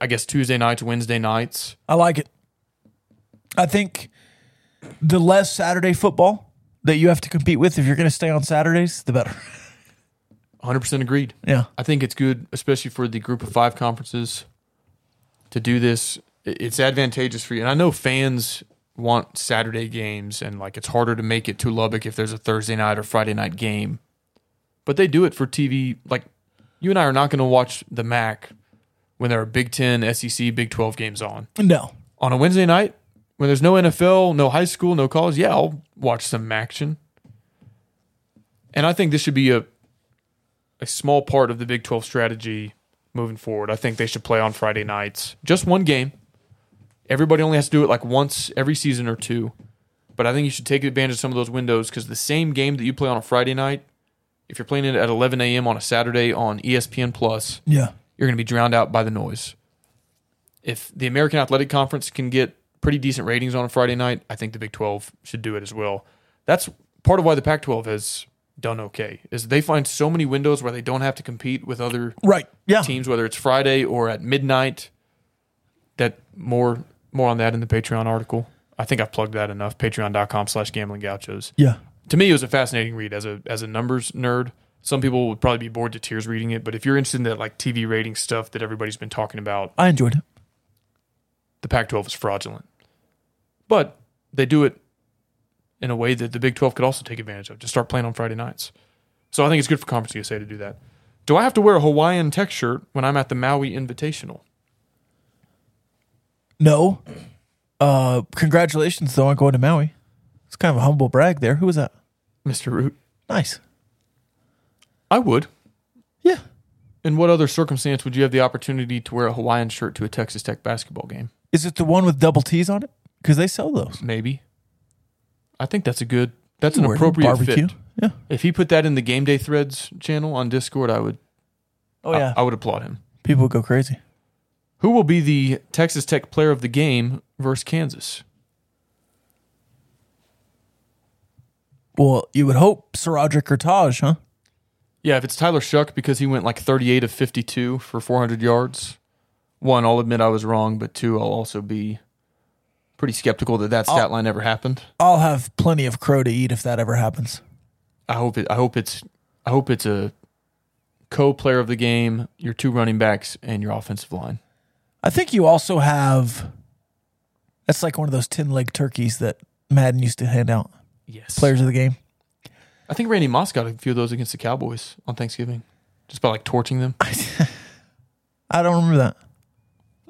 S7: I guess Tuesday nights, Wednesday nights.
S6: I like it. I think the less Saturday football that you have to compete with, if you're going to stay on Saturdays, the better.
S7: 100% agreed.
S6: Yeah.
S7: I think it's good, especially for the group of five conferences, to do this. I- It's advantageous for you. And I know fans want Saturday games and like it's harder to make it to Lubbock if there's a Thursday night or Friday night game. But they do it for TV. Like you and I are not going to watch the MAC when there are Big 10, SEC, Big 12 games on.
S6: No.
S7: On a Wednesday night, when there's no NFL, no high school, no college, yeah, I'll watch some action. And I think this should be a a small part of the Big 12 strategy moving forward. I think they should play on Friday nights. Just one game. Everybody only has to do it like once every season or two. But I think you should take advantage of some of those windows because the same game that you play on a Friday night, if you're playing it at 11 a.m. on a Saturday on E ESPN Plus,
S6: Yeah.
S7: you're going to be drowned out by the noise. If the American Athletic Conference can get pretty decent ratings on a Friday night, I think the Big 12 should do it as well. That's part of why the Pac 12 has done okay is they find so many windows where they don't have to compete with other
S6: Right. Yeah.
S7: teams whether it's Friday or at midnight that more more on that in the Patreon article. I think I've plugged that enough patreon.com slash gambling gauchos
S6: Yeah.
S7: to me it was a fascinating read as a as a numbers nerd some people would probably be bored to tears reading it but if you're interested in that like tv rating stuff that everybody's been talking about
S6: I enjoyed it.
S7: the pac 12 is fraudulent but they do it in a way that the big 12 could also take advantage of just start playing on friday nights so i think it's good for conference usa to do that do i have to wear a hawaiian tech shirt when i'm at the maui invitational
S6: No. Uh, congratulations, though, on going to Maui. It's kind of a humble brag there. Who was that?
S7: mr root
S6: Nice.
S7: i would
S6: Yeah.
S7: in what other circumstance would you have the opportunity to wear a hawaiian shirt to a texas tech basketball game
S6: Is it the one with double T's on it? Because they sell those.
S7: maybe. I think that's a good. That's an
S6: We're in
S7: appropriate
S6: barbecue.
S7: fit.
S6: Yeah.
S7: If he put that in the game day threads channel on Discord, I would.
S6: Oh yeah.
S7: I, I would applaud him.
S6: People would go crazy.
S7: Who will be the Texas Tech player of the game versus Kansas?
S6: Well, you would hope Sir Roderick or Taj, huh?
S7: Yeah, if it's Tyler Shuck because he went like 38 of 52 for 400 yards. One, I'll admit I was wrong, but two, I'll also be pretty skeptical that that stat line ever happened.
S6: I'll have plenty of crow to eat if that ever happens.
S7: I hope it. I hope it's. I hope it's a co-player of the game, your two running backs, and your offensive line.
S6: I think you also have. That's like one of those tin leg turkeys that Madden used to hand out
S7: Yes,
S6: players of the game.
S7: I think Randy Moss got a few of those against the Cowboys on Thanksgiving, just by like torching them.
S6: I don't remember that.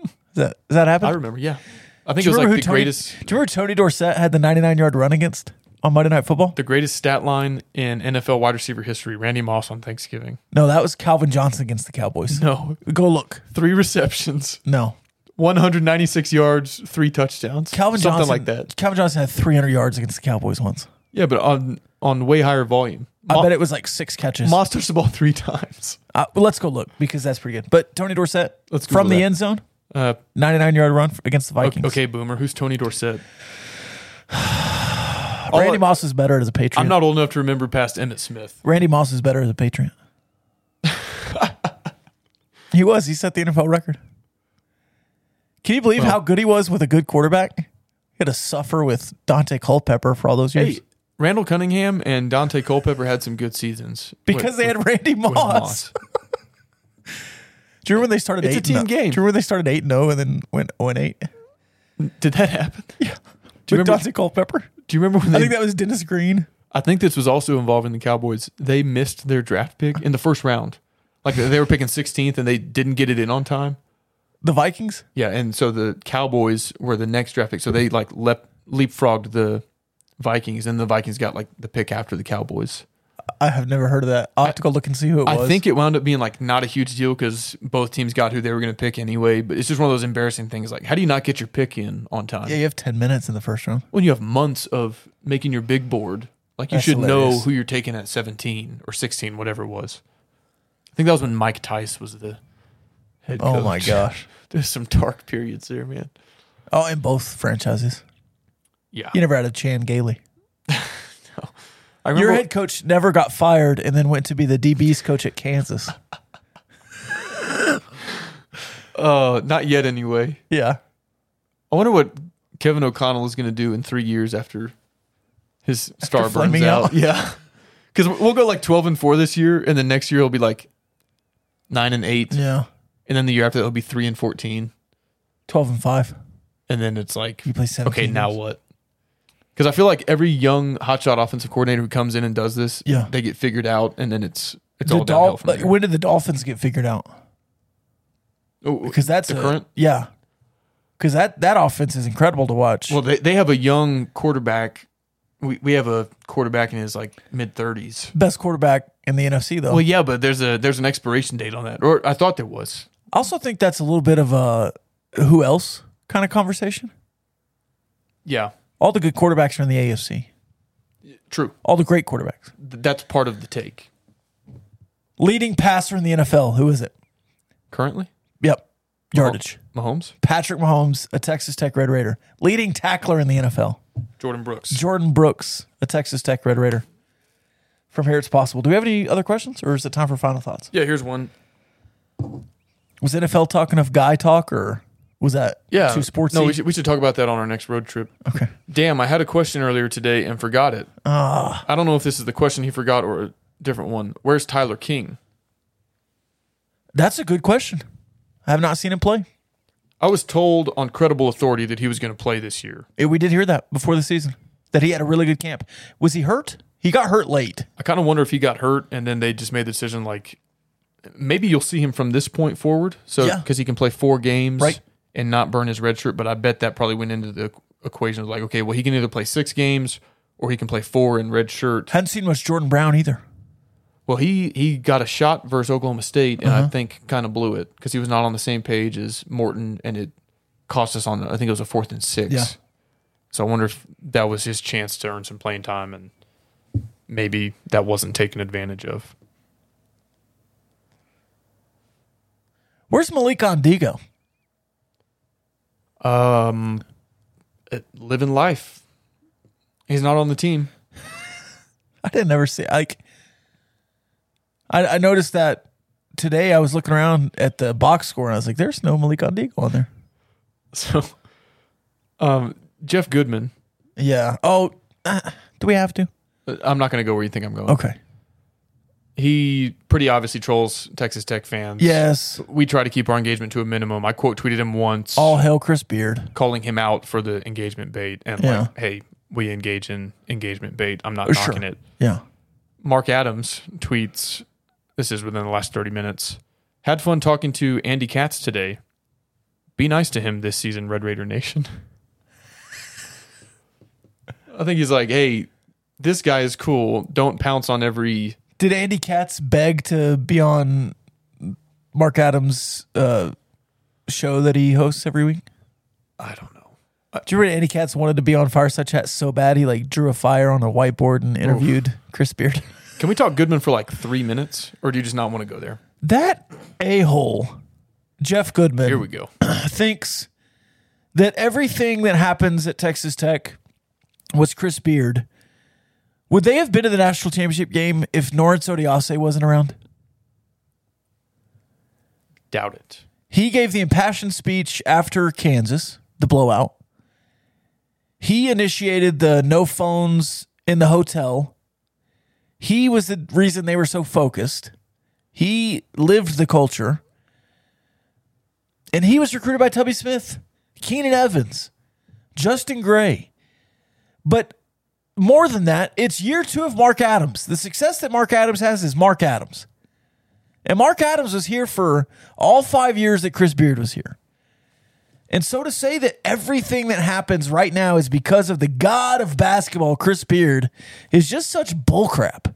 S6: Is that is that happened?
S7: I remember, yeah. I think
S6: Do you
S7: it was
S6: remember
S7: like
S6: who
S7: the
S6: Tony-
S7: greatest,
S6: Do you remember Tony Dorsett had the 99 yard run against on Monday Night Football?
S7: the greatest stat line in NFL wide receiver history. Randy Moss on Thanksgiving.
S6: No, that was Calvin Johnson against the Cowboys.
S7: No,
S6: Go look.
S7: three receptions,
S6: No.
S7: 196 yards, three touchdowns,
S6: Calvin
S7: something
S6: Johnson
S7: like that.
S6: Calvin Johnson had 300 yards against the Cowboys once.
S7: Yeah, but on on way higher volume. Mo-
S6: I bet it was like six catches.
S7: Moss touched the ball three times.
S6: Uh, well, let's go look because that's pretty good. But Tony Dorsett
S7: Let's Google
S6: from the
S7: that.
S6: end zone,
S7: Uh,
S6: 99 yard run f- against the Vikings.
S7: okay, Boomer. Who's Tony Dorsett? All
S6: Randy
S7: I-
S6: Moss is better as a Patriot.
S7: I'm not old enough to remember past Emmett Smith.
S6: Randy Moss is better as a Patriot. he was. He set the NFL record. Can you believe how good he was with a good quarterback? He had to suffer with Dante Culpepper for all those years
S7: Hey, Randall Cunningham and Dante Culpepper had some good seasons
S6: because
S7: With-
S6: they had Randy Moss.
S7: with Moss.
S6: Do you remember when they started?
S7: It's a
S6: eight and
S7: team
S6: oh-
S7: game.
S6: Do you remember when they started eight and zero and then went zero and eight?
S7: Did that happen? Yeah. Do you
S6: with
S7: remember?
S6: Dante Culpepper?
S7: do you remember when they?
S6: I think that was Dennis Green.
S7: this was also involving the Cowboys. They missed their draft pick in the first round. Like they were picking 16th and they didn't get it in on time.
S6: The Vikings.
S7: Yeah, and so the Cowboys were the next draft pick. So they like lep- leapfrogged the Vikings, and the Vikings got like the pick after the Cowboys.
S6: I have never heard of that. I'll have to go look and see who it was.
S7: I think it wound up being like not a huge deal because both teams got who they were going to pick anyway. But it's just one of those embarrassing things. Like, how do you not get your pick in on time?
S6: Yeah, you have ten minutes in the first round.
S7: when you have months of making your big board Like you
S6: That's
S7: should know
S6: hilarious.
S7: who you're taking at 17 or 16, whatever it was. I think that was when Mike Tice was the head coach.
S6: Oh my gosh.
S7: There's some dark periods there, man.
S6: Oh, in both franchises.
S7: Yeah.
S6: You never had a Chan Gailey.
S7: I remember
S6: Your head coach never got fired and then went to be the DB's coach at Kansas.
S7: uh not yet anyway.
S6: Yeah.
S7: I wonder what Kevin O'Connell is going to do in 3 years after his star burns
S6: flaming
S7: out.
S6: out.
S7: Yeah. Cuz we'll go like 12 and 4 this year and then next year it'll be like 9 and 8
S6: Yeah.
S7: and then the year after that it'll be 3 and 14.
S6: 12 and 5.
S7: and then it's like
S6: You play 17
S7: okay now
S6: years.
S7: what because i feel like every young hotshot offensive coordinator who comes in and does this
S6: Yeah.
S7: they get figured out and then it's it's
S6: The
S7: all downhill
S6: Dol-
S7: from
S6: like,
S7: there.
S6: when did the Dolphins get figured out?
S7: Oh,
S6: Because that's
S7: the
S6: a-
S7: current
S6: Yeah. Because that, that offense is incredible to watch.
S7: well they, they have a young quarterback we, we have a quarterback in his like mid 30s
S6: Best quarterback in the NFC, though.
S7: well yeah but there's a there's an expiration date on that or i thought there was
S6: I also think that's a little bit of a who else kind of conversation.
S7: yeah
S6: All the good quarterbacks are in the AFC,
S7: true
S6: all the great quarterbacks.
S7: Th- that's part of the take
S6: Leading passer in the NFL, who is it?
S7: currently
S6: Yep. Yardage.
S7: mahomes
S6: Patrick Mahomes, a Texas Tech Red Raider. Leading tackler in the NFL.
S7: jordan brooks
S6: Jordan Brooks, a Texas Tech Red Raider. From here, it's possible. Do we have any other questions, or is it time for final thoughts?
S7: yeah here's one
S6: Was NFL talking of guy talk, or was that
S7: yeah
S6: too sportsy?
S7: no we should, we should talk about that on our next road trip
S6: okay.
S7: Damn, I had a question earlier today and forgot it.
S6: Ah.
S7: I don't know if this is the question he forgot or a different one. Where's Tyler King?
S6: That's a good question. I have not seen him play.
S7: I was told on credible authority that he was going to play this year.
S6: Eh, we did hear that before the season that he had a really good camp. Was he hurt? He got hurt late.
S7: I kind of wonder if he got hurt and then they just made the decision like maybe you'll see him from this point forward. So
S6: Yeah.
S7: because he can play four games
S6: Right.
S7: and not burn his red shirt, but I bet that probably went into the equation of like okay, well he can either play six games or he can play four in red shirt.
S6: Hadn't seen much Jordan Brown either.
S7: Well, he he got a shot versus Oklahoma State, and
S6: Uh-huh.
S7: I think kind of blew it because he was not on the same page as Morton, and it cost us on. I think it was a fourth and six.
S6: Yeah.
S7: So I wonder if that was his chance to earn some playing time, and maybe that wasn't taken advantage of.
S6: Where's Malik Ondigo?
S7: Um, uh, living life. He's not on the team.
S6: I didn't ever see like. I, I noticed that today. I was looking around at the box score and I was like, "There's no Malik Ondigo on there."
S7: So, um, Jeff Goodman.
S6: Yeah. Oh, ah, do we have to?
S7: uh, I'm not going to go where you think I'm going.
S6: Okay.
S7: He pretty obviously trolls Texas Tech fans.
S6: Yes.
S7: we try to keep our engagement to a minimum. I quote tweeted him once,
S6: All hail Chris Beard.
S7: calling him out for the engagement bait, and
S6: Yeah.
S7: like, hey, we engage in engagement bait. I'm not
S6: Sure.
S7: knocking it.
S6: Yeah.
S7: Mark Adams tweets, this is within the last 30 minutes. Had fun talking to Andy Katz today. Be nice to him this season, Red Raider Nation. I think he's like, hey, this guy is cool. Don't pounce on every.
S6: Did Andy Katz beg to be on Mark Adams' uh, show that he hosts every week? Uh,
S7: I don't know.
S6: Do you remember Andy Katz wanted to be on Fireside Chat so bad he like drew a fire on a whiteboard and interviewed Chris Beard?
S7: Can we talk Goodman for like three minutes, or do you just not want to go there?
S6: That a hole, Jeff Goodman.
S7: Here we go.
S6: thinks that everything that happens at Texas Tech was Chris Beard. Would they have been to the national championship game if Norris Odiase wasn't around?
S7: Doubt it.
S6: He gave the impassioned speech after Kansas, the blowout. He initiated the no phones in the hotel. He was the reason they were so focused. He lived the culture. And he was recruited by Tubby Smith, Keenan Evans, Justin Gray. But more than that, it's year two of Mark Adams. The success that Mark Adams has is Mark Adams. And Mark Adams was here for all five years that Chris Beard was here. And so to say that everything that happens right now is because of the god of basketball, Chris Beard, is just such bullcrap.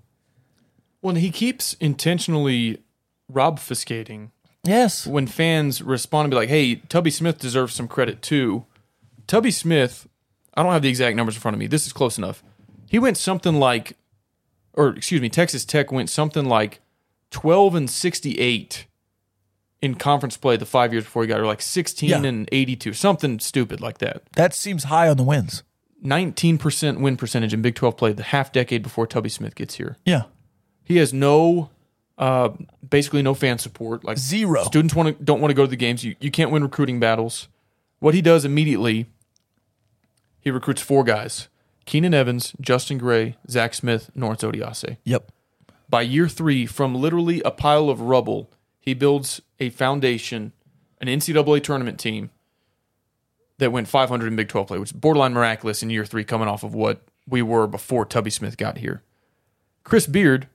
S7: Well, and he keeps intentionally obfuscating
S6: Yes.
S7: when fans respond and be like, hey, Tubby Smith deserves some credit too. Tubby Smith, I don't have the exact numbers in front of me. This is close enough. He He went something like, or excuse me, Texas Tech went something like 12 and 68 in conference play the five years before he got here, like 16
S6: Yeah.
S7: and 82, something stupid like that.
S6: That seems high on the wins.
S7: 19% win percentage in Big 12 play the half decade before Tubby Smith gets here.
S6: Yeah.
S7: He has no, uh, basically no fan support. Like
S6: Zero.
S7: students want to don't want to go to the games. You you can't win recruiting battles. What he does immediately, he recruits four guys: Keenan Evans, Justin Gray, Zach Smith, Lawrence Odiase.
S6: Yep.
S7: By year three, from literally a pile of rubble, he builds a foundation, an NCAA tournament team that went 500 in Big 12 play, which is borderline miraculous in year three, coming off of what we were before Tubby Smith got here. Chris Beard,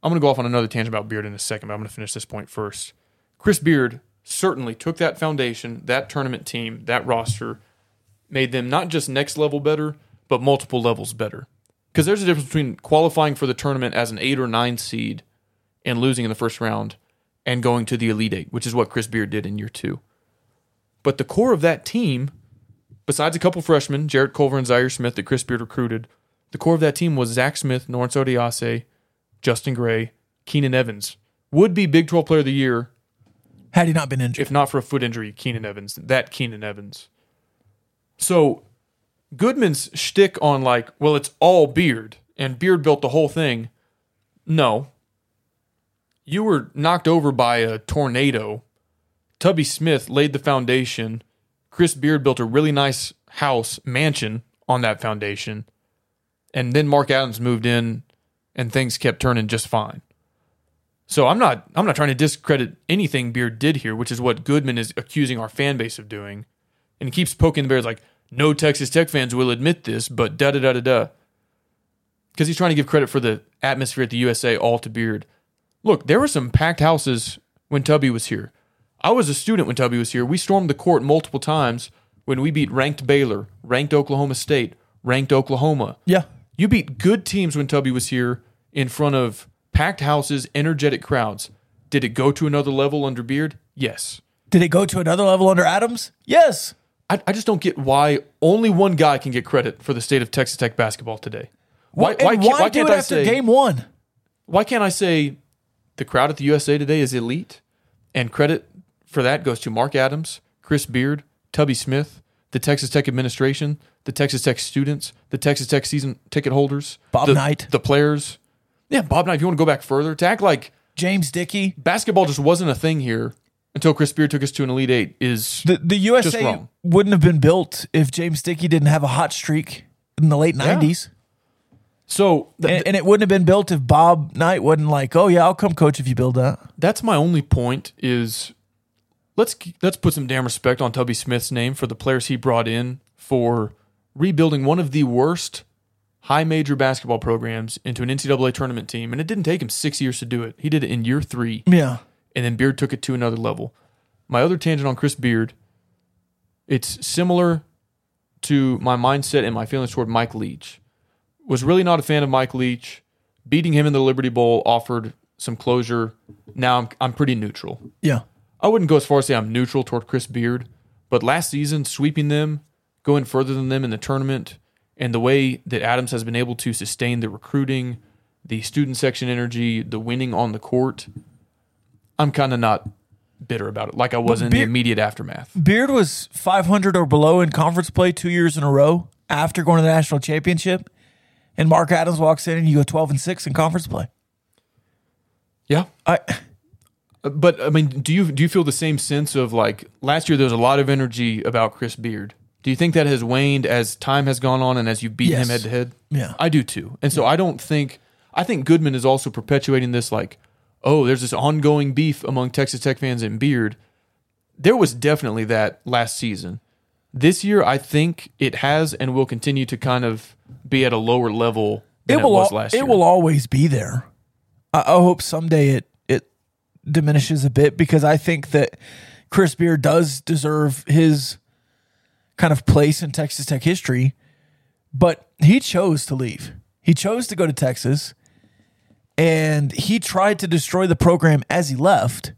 S7: I'm going to go off on another tangent about Beard in a second, but I'm going to finish this point first. Chris Beard certainly took that foundation, that tournament team, that roster, made them not just next level better, but multiple levels better. Because there's a difference between qualifying for the tournament as an eight or nine seed and losing in the first round and going to the Elite Eight, which is what Chris Beard did in year two. But the core of that team, besides a couple freshmen, Jarrett Culver and Zaire Smith that Chris Beard recruited, the core of that team was Zach Smith, Lawrence Odiase, Justin Gray, Keenan Evans. Would be Big 12 Player of the Year
S6: Had he not been injured.
S7: if not for a foot injury, Keenan Evans, that Keenan Evans. So Goodman's shtick on like, well, it's all Beard and Beard built the whole thing. No. You were knocked over by a tornado. Tubby Smith laid the foundation. Chris Beard built a really nice house, mansion on that foundation. And then Mark Adams moved in and things kept turning just fine. So I'm not I'm not trying to discredit anything Beard did here, which is what Goodman is accusing our fan base of doing. And he keeps poking the bears like, no Texas Tech fans will admit this, but da da da da da. Because he's trying to give credit for the atmosphere at the USA all to Beard. Look, there were some packed houses when Tubby was here. I was a student when Tubby was here. We stormed the court multiple times when we beat ranked Baylor, ranked Oklahoma State, ranked Oklahoma.
S6: Yeah.
S7: You beat good teams when Tubby was here in front of packed houses, energetic crowds. Did it go to another level under Beard? Yes.
S6: Did it go to another level under Adams? Yes.
S7: I, I just don't get why only one guy can get credit for the state of Texas Tech basketball today. Why,
S6: And
S7: can't-
S6: do it after game one?
S7: why can't I say the crowd at the USA today is elite? And credit for that goes to Mark Adams, Chris Beard, Tubby Smith, the Texas Tech administration, the Texas Tech students, the Texas Tech season ticket holders,
S6: Bob
S7: the,
S6: Knight.
S7: the players. Yeah, Bob Knight. If you want to go back further, to act like
S6: James Dickey.
S7: basketball just wasn't a thing here until Chris Beard took us to an Elite Eight is
S6: The the
S7: Just
S6: USA
S7: wrong.
S6: wouldn't have been built if James Dickey didn't have a hot streak in the late nineties.
S7: so. th-
S6: And, and it wouldn't have been built if Bob Knight wasn't like, oh yeah, I'll come coach if you build that.
S7: that's my only point is let's let's put some damn respect on Tubby Smith's name for the players he brought in for rebuilding one of the worst high major basketball programs into an NCAA tournament team, and it didn't take him six years to do it. He did it in year three,
S6: Yeah.
S7: and then Beard took it to another level. My other tangent on Chris Beard, it's similar to my mindset and my feelings toward Mike Leach. Was really not a fan of Mike Leach. Beating him in the Liberty Bowl offered some closure. Now I'm I'm pretty neutral.
S6: Yeah.
S7: I wouldn't go as far as say I'm neutral toward Chris Beard, but last season sweeping them, going further than them in the tournament, and the way that Adams has been able to sustain the recruiting, the student section energy, the winning on the court, I'm kind of not bitter about it like I was in the
S6: Beard-
S7: immediate aftermath.
S6: Beard was 500 or below in conference play two years in a row after going to the national championship, and Mark Adams walks in and you go 12 and six in conference play.
S7: Yeah.
S6: I
S7: But I mean, do you do you feel the same sense of like last year there was a lot of energy about Chris Beard? Do you think that has waned as time has gone on and as you beat
S6: Yes.
S7: him head to head?
S6: Yeah.
S7: I do too. And so I don't think I think Goodman is also perpetuating this like, oh, there's this ongoing beef among Texas Tech fans and Beard. There was definitely that last season. This year, I think it has and will continue to kind of be at a lower level than it,
S6: will
S7: was
S6: al-
S7: last
S6: it
S7: year.
S6: will always be there. I, I hope someday it it diminishes a bit because I think that Chris Beard does deserve his kind of place in Texas Tech history, but he chose to leave. He chose to go to Texas, and he tried to destroy the program as he left.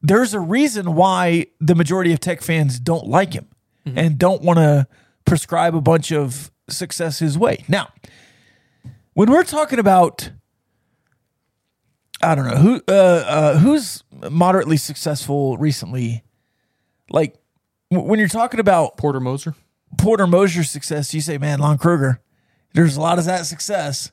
S6: There's a reason why
S7: Mm-hmm.
S6: the majority of Tech fans don't like him and don't want to prescribe a bunch of success his way. Now, when we're talking about, I don't know who uh, uh, who's moderately successful recently, like w- when you're talking about
S7: Porter Moser.
S6: Porter Mosier's success, you say, man, Lon Kruger, there's a lot of that success.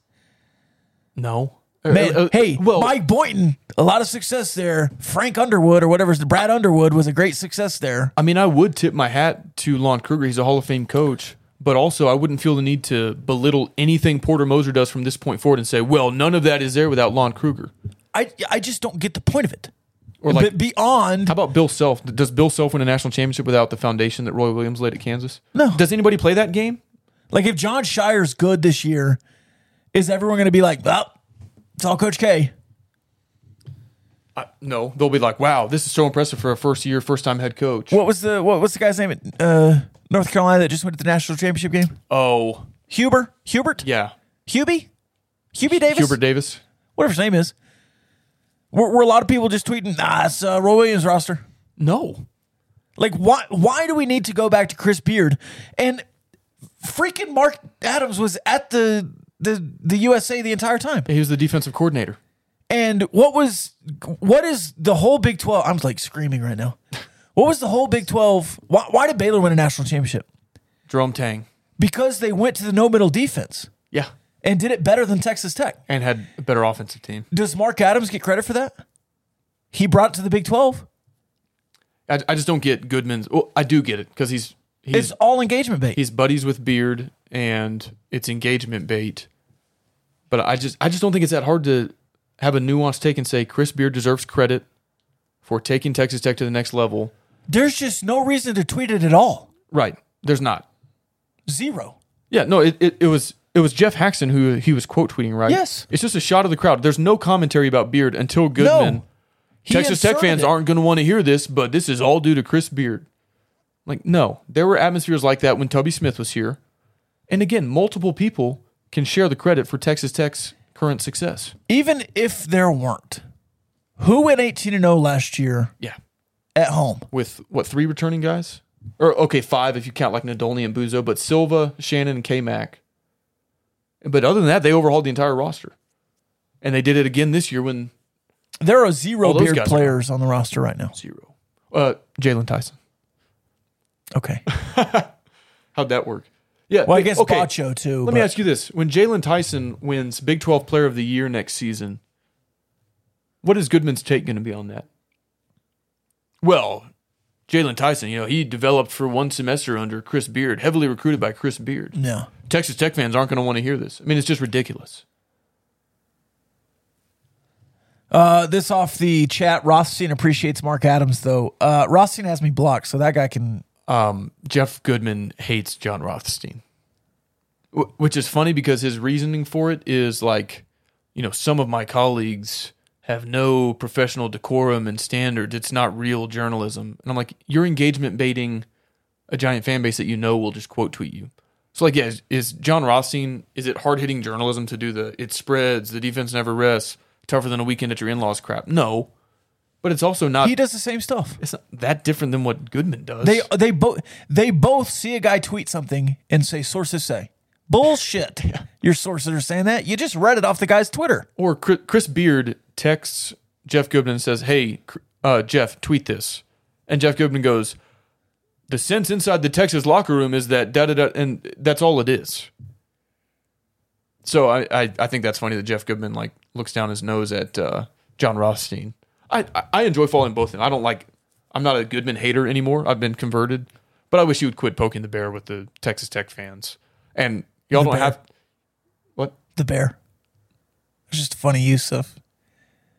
S7: No.
S6: Man, hey,
S7: Uh, well,
S6: Mike Boynton, a lot of success there. Frank Underwood or whatever, Brad Underwood was a great success there.
S7: I mean, I would tip my hat to Lon Kruger. He's a Hall of Fame coach, but also I wouldn't feel the need to belittle anything Porter Moser does from this point forward and say, well, none of that is there without Lon Kruger.
S6: I, I just don't get the point of it.
S7: Or like,
S6: but beyond,
S7: how about Bill Self? Does Bill Self win a national championship without the foundation that Roy Williams laid at Kansas?
S6: No.
S7: Does anybody play that game?
S6: like if John Shire's good this year, is everyone going to be like, well, it's all Coach K?
S7: No. They'll be like, wow, this is so impressive for a first year, first time head coach.
S6: What was the what was the guy's name at uh, North Carolina that just went to the national championship game?
S7: oh,
S6: Huber, Hubert,
S7: yeah.
S6: Hubie, Hubie Davis,
S7: Hubert Davis.
S6: whatever his name is. Were, were a lot of people just tweeting, nah, it's uh, Roy Williams roster.
S7: No.
S6: Like, why why do we need to go back to Chris Beard? And freaking Mark Adams was at the the the USA the entire time.
S7: He was the defensive coordinator.
S6: And what was what is the whole Big Twelve? I'm like screaming right now. What was the whole Big Twelve? Why, why did Baylor win a national championship?
S7: Jerome Tang.
S6: Because they went to the no middle defense
S7: Yeah.
S6: and did it better than Texas Tech.
S7: And had a better offensive team.
S6: Does Mark Adams get credit for that? He brought it to the Big Twelve.
S7: I, I just don't get Goodman's. Well, I do get it because he's he's
S6: It's all engagement bait.
S7: he's buddies with Beard and it's engagement bait. But I just I just don't think it's that hard to have a nuanced take and say Chris Beard deserves credit for taking Texas Tech to the next level.
S6: There's just no reason to tweet it at all.
S7: Right. There's not.
S6: Zero.
S7: Yeah, no, it, it, it was it was Jeff Haxton who he was quote tweeting, right?
S6: Yes.
S7: It's just a shot of the crowd. There's no commentary about Beard until Goodman.
S6: No. He
S7: Texas Tech
S6: inserted
S7: fans
S6: E it.
S7: aren't going to want to hear this, but this is all due to Chris Beard. Like, no, there were atmospheres like that when Tubby Smith was here. And again, multiple people can share the credit for Texas Tech's current success.
S6: Even if there weren't, who went 18 and 0 last year
S7: Yeah.
S6: at home?
S7: With what, three returning guys? Or, okay, five if you count like Nadolny and Buzo, but Silva, Shannon, and K Mac. But other than that, they overhauled the entire roster. And they did it again this year when
S6: There are zero
S7: All those
S6: beard
S7: guys are
S6: players on the roster right now.
S7: zero. Uh, Jalen Tyson.
S6: Okay.
S7: How'd that work? Yeah.
S6: Well, I
S7: wait,
S6: guess
S7: okay.
S6: Bacho too.
S7: Let me ask you this: When Jalen Tyson wins Big Twelve Player of the Year next season, what is Goodman's take going to be on that? Well, Jalen Tyson, you know, he developed for one semester under Chris Beard, heavily recruited by Chris Beard.
S6: No.
S7: Texas Tech fans aren't going to want to hear this. I mean, it's just ridiculous.
S6: Uh, this off the chat. Rothstein appreciates Mark Adams though. Uh, Rothstein has me blocked, so that guy can.
S7: Jeff Goodman hates John Rothstein, Wh- which is funny because his reasoning for it is like, you know, some of my colleagues have no professional decorum and standards. It's not real journalism. And I'm like, you're engagement baiting a giant fan base that you know will just quote tweet you. So like, yeah, is, is John Rothstein? Is it hard hitting journalism to do the it spreads, the defense never rests, tougher than a weekend at your in laws crap? No, but it's also not.
S6: He does the same stuff.
S7: it's not that different than what Goodman does.
S6: They they both they both see a guy tweet something and say sources say bullshit. Your sources are saying that. You just read it off the guy's Twitter.
S7: or Chri- Chris Beard texts Jeff Goodman and says, "Hey, Cr- uh, Jeff, tweet this," and Jeff Goodman goes, "The sense inside the Texas locker room is that da da da," and that's all it is. So I, I, I think that's funny that Jeff Goodman like looks down his nose at uh, John Rothstein. I, I- I enjoy following both of them. I don't like I'm not a Goodman hater anymore. I've been converted, but I wish you would quit poking the bear with the Texas Tech fans. And y'all
S6: The
S7: don't
S6: bear.
S7: have what
S6: The bear. It's just a funny use of.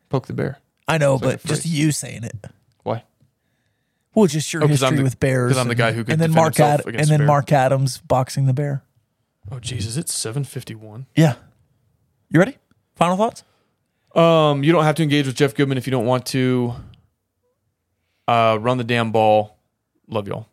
S7: poke the bear.
S6: I know,
S7: like
S6: but
S7: a
S6: just
S7: phrase.
S6: you saying it.
S7: Why?
S6: Well, just your
S7: Oh, 'cause I'm
S6: history
S7: the-
S6: with bears.
S7: 'cause I'm the
S6: and-
S7: guy who could
S6: and then
S7: defend
S6: Mark
S7: himself
S6: Ad-
S7: against
S6: and then
S7: bear.
S6: Mark Adams boxing the bear.
S7: Oh Jesus, it's seven fifty one.
S6: Yeah. You ready? Final thoughts?
S7: Um, you don't have to engage with Jeff Goodman if you don't want to. Uh, run the damn ball. Love y'all.